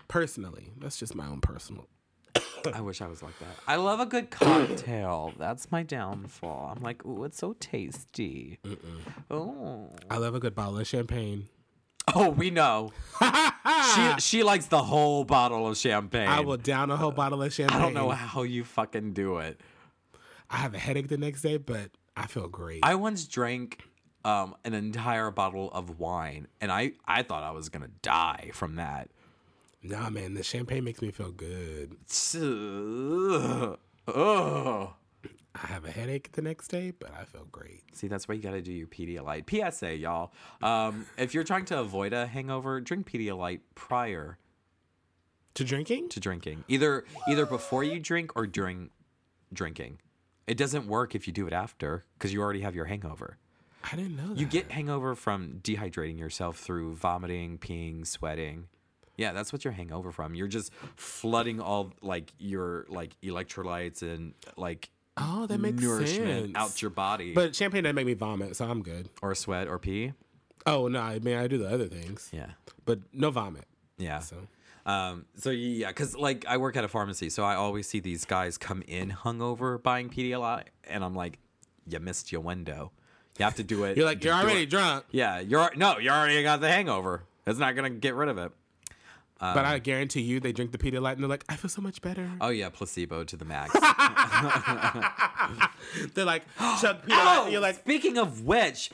A: Personally, that's just my own personal.
B: I wish I was like that. I love a good cocktail. That's my downfall. I'm like, ooh, it's so tasty. Oh,
A: I love a good bottle of champagne.
B: oh, we know. she she likes the whole bottle of champagne.
A: I will down a whole bottle of champagne.
B: Uh, I don't know how you fucking do it.
A: I have a headache the next day, but I feel great.
B: I once drank um, an entire bottle of wine, and I I thought I was gonna die from that.
A: nah, man, the champagne makes me feel good.
B: Ugh.
A: I have a headache the next day, but I feel great.
B: See, that's why you got to do your Pedialyte. PSA, y'all. Um, if you're trying to avoid a hangover, drink Pedialyte prior
A: To drinking?
B: to drinking. Either either before you drink or during drinking. It doesn't work if you do it after because you already have your hangover.
A: I didn't know that.
B: You get hangover from dehydrating yourself through vomiting, peeing, sweating. Yeah, that's what you're hangover from. You're just flooding all like your like electrolytes and like
A: oh, that makes
B: nourishment
A: sense.
B: out your body
A: but champagne doesn't make me vomit, so I'm good.
B: or sweat or pee.
A: Oh no, I mean I do the other things,
B: Yeah.
A: but no vomit.
B: Yeah.
A: So
B: Um, so yeah, because like I work at a pharmacy, so I always see these guys come in hungover buying Pedialyte, and I'm like, you missed your window. You have to do it.
A: you're like you're
B: do
A: already
B: it."
A: drunk,
B: Yeah, you're no, you already got the hangover. It's not gonna get rid of it.
A: but
B: Uh-huh.
A: I guarantee you they drink the Pedialyte and they're like, I feel so much better.
B: Oh yeah, placebo to the max.
A: They're like, chug Pedialyte.
B: oh,
A: and you're like,
B: speaking of which,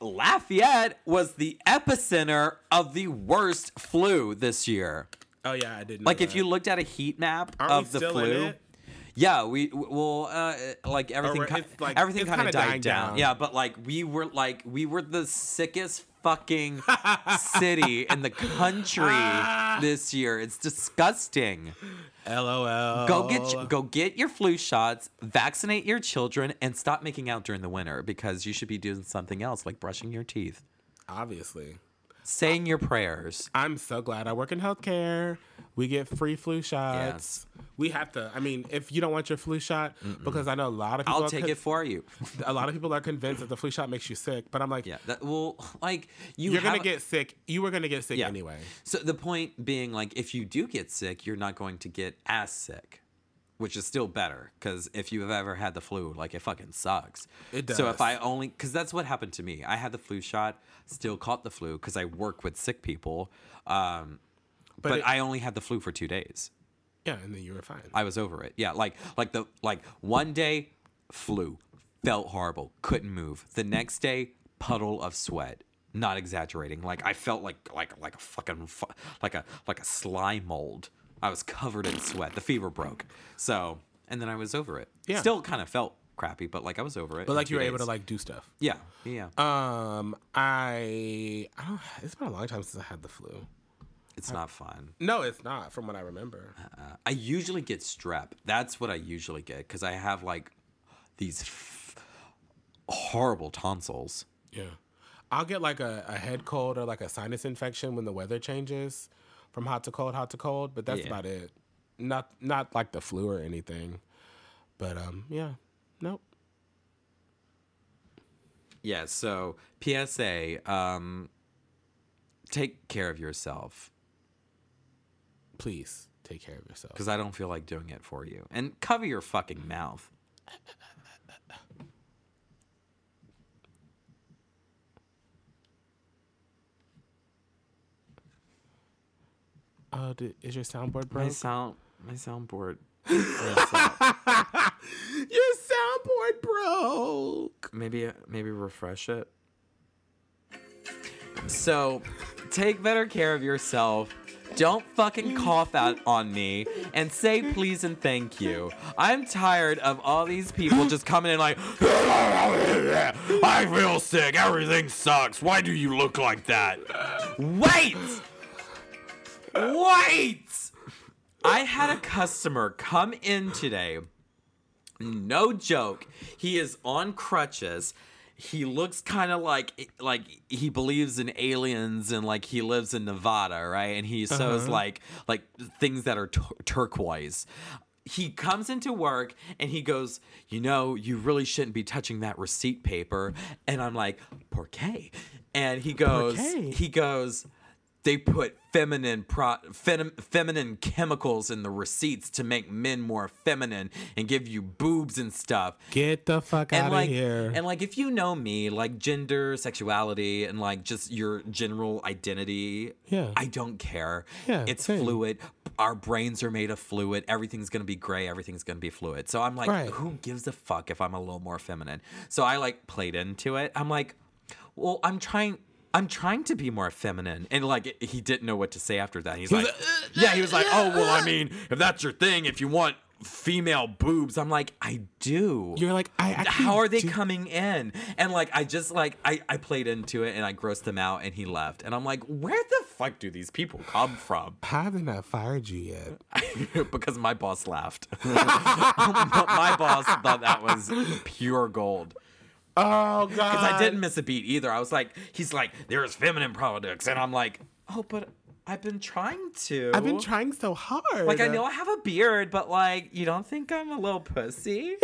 B: Lafayette was the epicenter of the worst flu this year.
A: oh yeah, I didn't.
B: Like if you looked at a heat map
A: Aren't we
B: of the
A: still
B: flu.
A: in it?
B: Yeah, we w- well, uh, like everything,
A: we're-
B: ki-
A: it's like-
B: everything
A: it's
B: kind
A: kinda
B: of died
A: dying
B: down.
A: down.
B: Yeah, but like we were like we were the sickest fucking city in the country
A: Ah.
B: this year. It's disgusting.
A: LOL.
B: Go get
A: Oh.
B: y- go get your flu shots, vaccinate your children, and stop making out during the winter because you should be doing something else like brushing your teeth,
A: Obviously,
B: saying your prayers.
A: I'm so glad I work in healthcare. We get free flu shots. We have to. I mean, if you don't want your flu shot, because I know a lot of people.
B: I'll
A: are
B: take
A: con-
B: it for you.
A: A lot of people are convinced that the flu shot makes you sick, but I'm like,
B: Yeah, that, well, like you
A: you're gonna
B: have-
A: get sick. You were gonna get sick
B: Yeah.
A: anyway.
B: So the point being, like, if you do get sick, you're not going to get as sick, which is still better because if you have ever had the flu, like, it fucking sucks.
A: It
B: So if
A: does.
B: I only, because that's what happened to me. I had the flu shot, still caught the flu because I work with sick people, um, but,
A: it-
B: I only had the flu for two days.
A: Yeah, and then you were fine.
B: I was over it. Yeah, like like the like one day flu felt horrible, couldn't move. The next day puddle of sweat. Not exaggerating. Like I felt like like like a fucking fu- like a like a slime mold. I was covered in sweat. The fever broke. So, and then I was over it.
A: Yeah.
B: Still kind of felt crappy, but like I was over it.
A: But like you were able to like do stuff.
B: Yeah. Yeah.
A: Um, I I don't. It's been a long time since I had the flu.
B: it's not fun.
A: No, it's not from what I remember.
B: Uh, I usually get strep. That's what I usually get because I have like these f- horrible tonsils.
A: Yeah, I'll get like a, a
B: uh-huh.
A: head cold or like a sinus infection when the weather changes from hot to cold, hot to cold. But that's
B: Yeah.
A: about it. Not not like the flu or anything. But um, yeah, nope.
B: Yeah, so PSA, um, take care of yourself
A: Please take care of yourself.
B: because I don't feel like doing it for you. And cover your fucking mouth.
A: Oh, did, is your soundboard
B: My
A: broke?
B: sound, my soundboard.
A: your soundboard broke.
B: maybe, maybe refresh it. So, take better care of yourself. Don't fucking cough out on me and say please and thank you. I'm tired of all these people just coming in like,
C: I feel sick. Everything sucks. Why do you look like that?
B: wait! Wait! I had a customer come in today. No joke. He is on crutches. He looks kind of like like he believes in aliens and like he lives in Nevada, right? And he sews like like things that are tur- turquoise. He comes into work and he goes, "You know, you really shouldn't be touching that receipt paper." And I'm like, "Por qué?" And he goes,
C: qué?
B: he goes, they put feminine pro- fem- feminine chemicals in the receipts to make men more feminine and give you boobs and stuff.
A: Get the fuck out
B: And
A: of
B: like,
A: here.
B: and like, if you know me, like gender, sexuality, and like just your general identity,
A: Yeah.
B: I don't care.
A: Yeah,
B: it's
A: same.
B: fluid. Our brains are made of fluid. Everything's gonna be gray. Everything's gonna be fluid. So I'm like,
A: Right.
B: who gives a fuck if I'm a little more feminine? So I like played into it. I'm like, well, I'm trying. I'm trying to be more feminine, and like he didn't know what to say after that. He's
C: Like,
B: like,
A: "Uh,
C: yeah, he was like, oh, well, I mean, if that's your thing, if you want female boobs,
B: so I'm like, I do.
A: You're like, I actually
B: how are they
A: do-
B: coming in? And like, I just like, I, I played into it and I grossed them out and he left. And I'm like, where the fuck do these people come from?
A: How have they not fired you yet?
B: because my boss laughed. But my boss thought that was pure gold.
A: Oh god.
B: Because I didn't miss a beat either. I was like, he's like, there's feminine products. And I'm like, oh, but I've been trying to.
A: I've been trying so hard.
B: Like I know I have a beard, but like you don't think I'm a little pussy?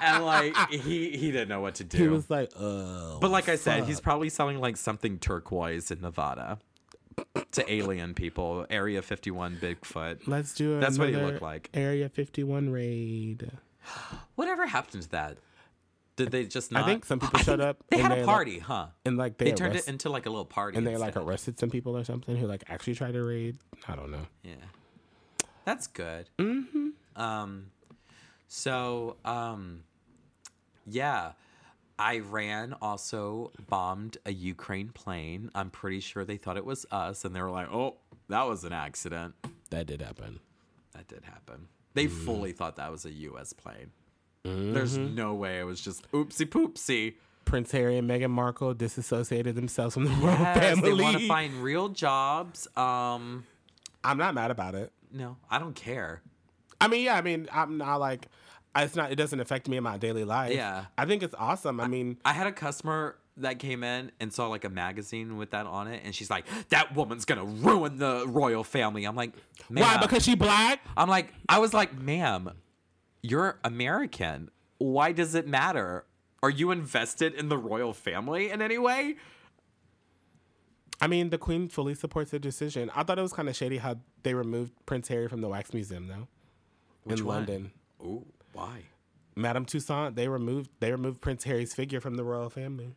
B: and like he he didn't know what to do.
A: He was like, uh.
B: but like I said, he's probably selling like something turquoise in Nevada to alien people. Area 51 Bigfoot.
A: Let's do it.
B: That's what he looked like.
A: Area 51 raid.
B: Whatever happened to that? Did they just not?
A: think some people showed
B: Uh, think
A: up
B: They
A: and
B: had
A: they,
B: a
A: like-
B: party, huh?
A: And like they,
B: They turned it
A: arrest-
B: into like a little party.
A: and they like
B: instead.
A: arrested some people or something who like actually tried to raid. I don't know.
B: Yeah. That's good.
A: Mm-hmm.
B: Um so um yeah. Iran also bombed a Ukraine plane. I'm pretty sure they thought it was us and they were like, "Oh, that was an accident."
A: That did happen.
B: That did happen. They
A: Mm.
B: fully thought that was a US plane. There's
A: Mm-hmm.
B: no way it was just oopsie poopsie.
A: Prince Harry and Meghan Markle disassociated themselves from the royal
B: Yes, they
A: family.
B: want to find real jobs. Um
A: I'm not mad about it.
B: no, I don't care.
A: I mean, yeah, I mean, I'm not like, it's not, it doesn't affect me in my daily life.
B: Yeah.
A: I think it's awesome. I mean,
B: I had a customer that came in and saw like a magazine with that on it, and she's like, "That woman's gonna ruin the royal family." I'm like, ma'am.
A: why? Because she black?
B: I'm like, I was like, "Ma'am, you're American. Why does it matter? Are you invested in the royal family in any way?"
A: I mean, the queen fully supports the decision. I thought it was kind of shady how they removed Prince Harry from the Wax Museum, though, in
B: one?
A: London.
B: Oh, why?
A: Madame Toussaint, they removed they removed Prince Harry's figure from the royal family.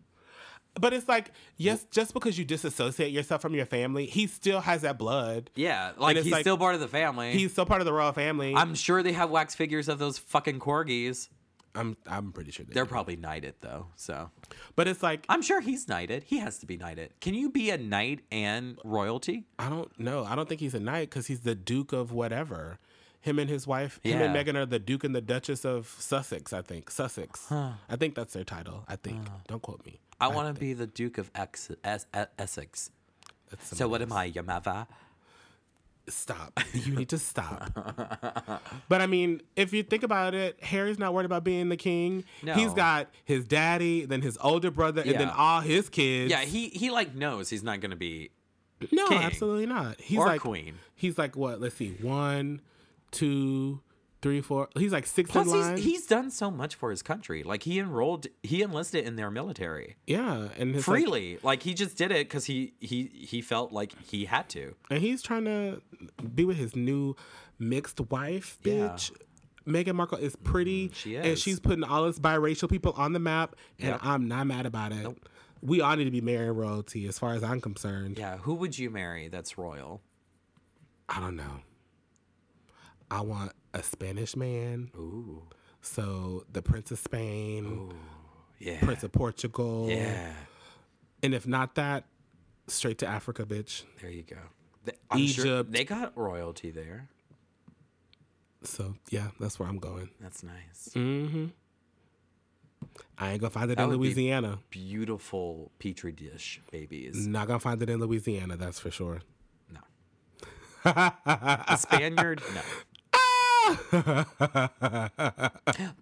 A: But it's like, yes, just because you disassociate yourself from your family, he still has that blood.
B: Yeah, like
A: it's
B: he's
A: like-
B: still part of the family.
A: He's still part of the royal family.
B: I'm sure they have wax figures of those fucking corgis.
A: I'm I'm pretty sure they
B: They're
A: do.
B: probably knighted though, so
A: But it's like
B: I'm sure he's knighted. He has to be knighted. Can you be a knight and royalty?
A: I don't know. I don't think he's a knight because he's the Duke of whatever. Him and his wife, him and
B: Yeah.
A: Meghan are the Duke and the Duchess of Sussex. I think Sussex. I think that's their title. I think. Don't quote me.
B: I want to be the Duke of Ex- es- Es- Essex.
A: That's
B: So what am I, your mother?
A: stop. You need to stop. but I mean, if you think about it, Harry's not worried about being the king. He's
B: No.
A: got his daddy, then his older brother, and then
B: Yeah.
A: all his kids.
B: Yeah, he he like knows he's not gonna be.
A: no,
B: king.
A: absolutely not. He's
B: Or
A: like
B: queen.
A: He's like what? Let's see, one, two, three, four. He's like six
B: Plus,
A: in line.
B: he's, he's done so much for his country. Like he enrolled, he enlisted in their military
A: yeah, and his like,
B: freely. Like, he just did it because he he he felt like he had to.
A: and he's trying to be with his new mixed wife,
B: Yeah. Mm-hmm.
A: bitch. Meghan Markle is pretty,
B: she
A: and
B: is.
A: she's putting all us biracial people on the map, and
B: Yep.
A: I'm not mad about it. We all need to be marrying royalty, as far as I'm concerned.
B: Yeah, who would you marry? That's royal.
A: I don't know. I want a Spanish man,
B: Ooh,
A: so the Prince of Spain,
B: yeah,
A: Prince of Portugal,
B: yeah.
A: and if not that, straight to Africa, bitch.
B: There you go. Th- I'm Sure
A: Egypt.
B: they got royalty there.
A: So yeah, that's where I'm going.
B: That's nice.
A: Mm. I ain't gonna find it in
B: would be-
A: Louisiana.
B: Beautiful petri dish babies.
A: Not gonna find it in Louisiana, that's for sure.
B: No. A Spaniard? No. but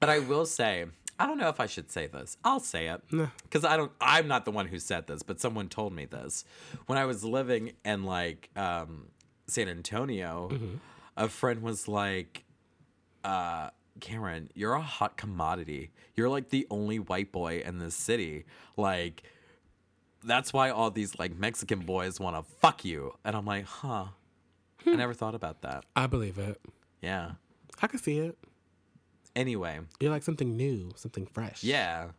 B: I will say, I don't know if I should say this. I'll say it. Because I don't I'm not the one who said this, but someone told me this. When I was living in like um San Antonio, a friend was like, uh, Cameron, you're a hot commodity. You're like the only white boy in this city. Like that's why all these like Mexican boys want to fuck you. And I'm like, huh.
A: Hmm.
B: I never thought about that.
A: I believe it.
B: Yeah.
A: I can see it.
B: Anyway,
A: You're like something new, something fresh.
B: yeah.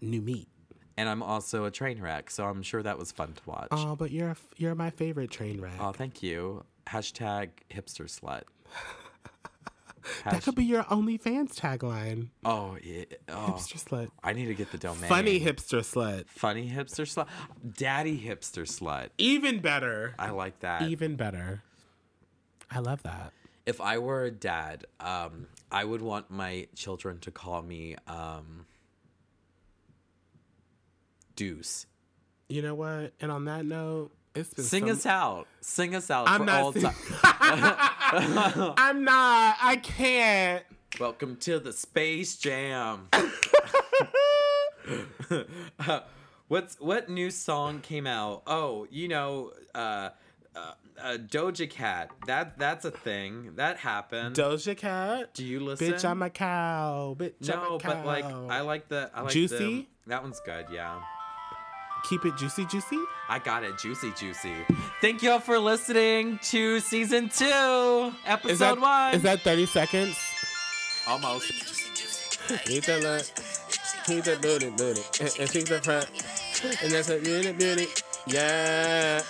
A: New meat.
B: And I'm also a train wreck, so I'm sure that was fun to watch. Oh,
A: Oh, but you're a f you're my favorite train wreck.
B: thank you. Hashtag hipster slut.
A: that could be your OnlyFans tagline.
B: Oh, it, oh.
A: Hipster slut.
B: I need to get the domain.
A: Funny hipster slut.
B: Funny hipster slut. Daddy hipster slut.
A: Even better.
B: I like that.
A: Even better. I love that.
B: if I were a dad, um, I would want my children to call me um, Deuce.
A: You know what? And on that note, it's been
B: Sing
A: so-
B: us out. Sing us out
A: I'm
B: for
A: not
B: all
A: sing-
B: time.
A: I'm not. I can't.
B: Welcome to the Space Jam. What's what new song came out? Oh, you know, uh, uh, uh, Doja Cat. That that's a thing. That happened.
A: Doja Cat.
B: Do you listen?
A: Bitch, I'm a cow. Bitch, I'm
B: no,
A: a cow.
B: but like I like the I like
A: Juicy?
B: The, that one's good. Yeah.
A: keep it juicy, juicy.
B: I got it, juicy, juicy. Thank y'all for listening to season two, episode
A: Is that
B: one.
A: is that 30 seconds?
B: almost?
A: He's a look. He's a booty, booty, and, and she's a front, and that's a beauty, beauty. Yeah.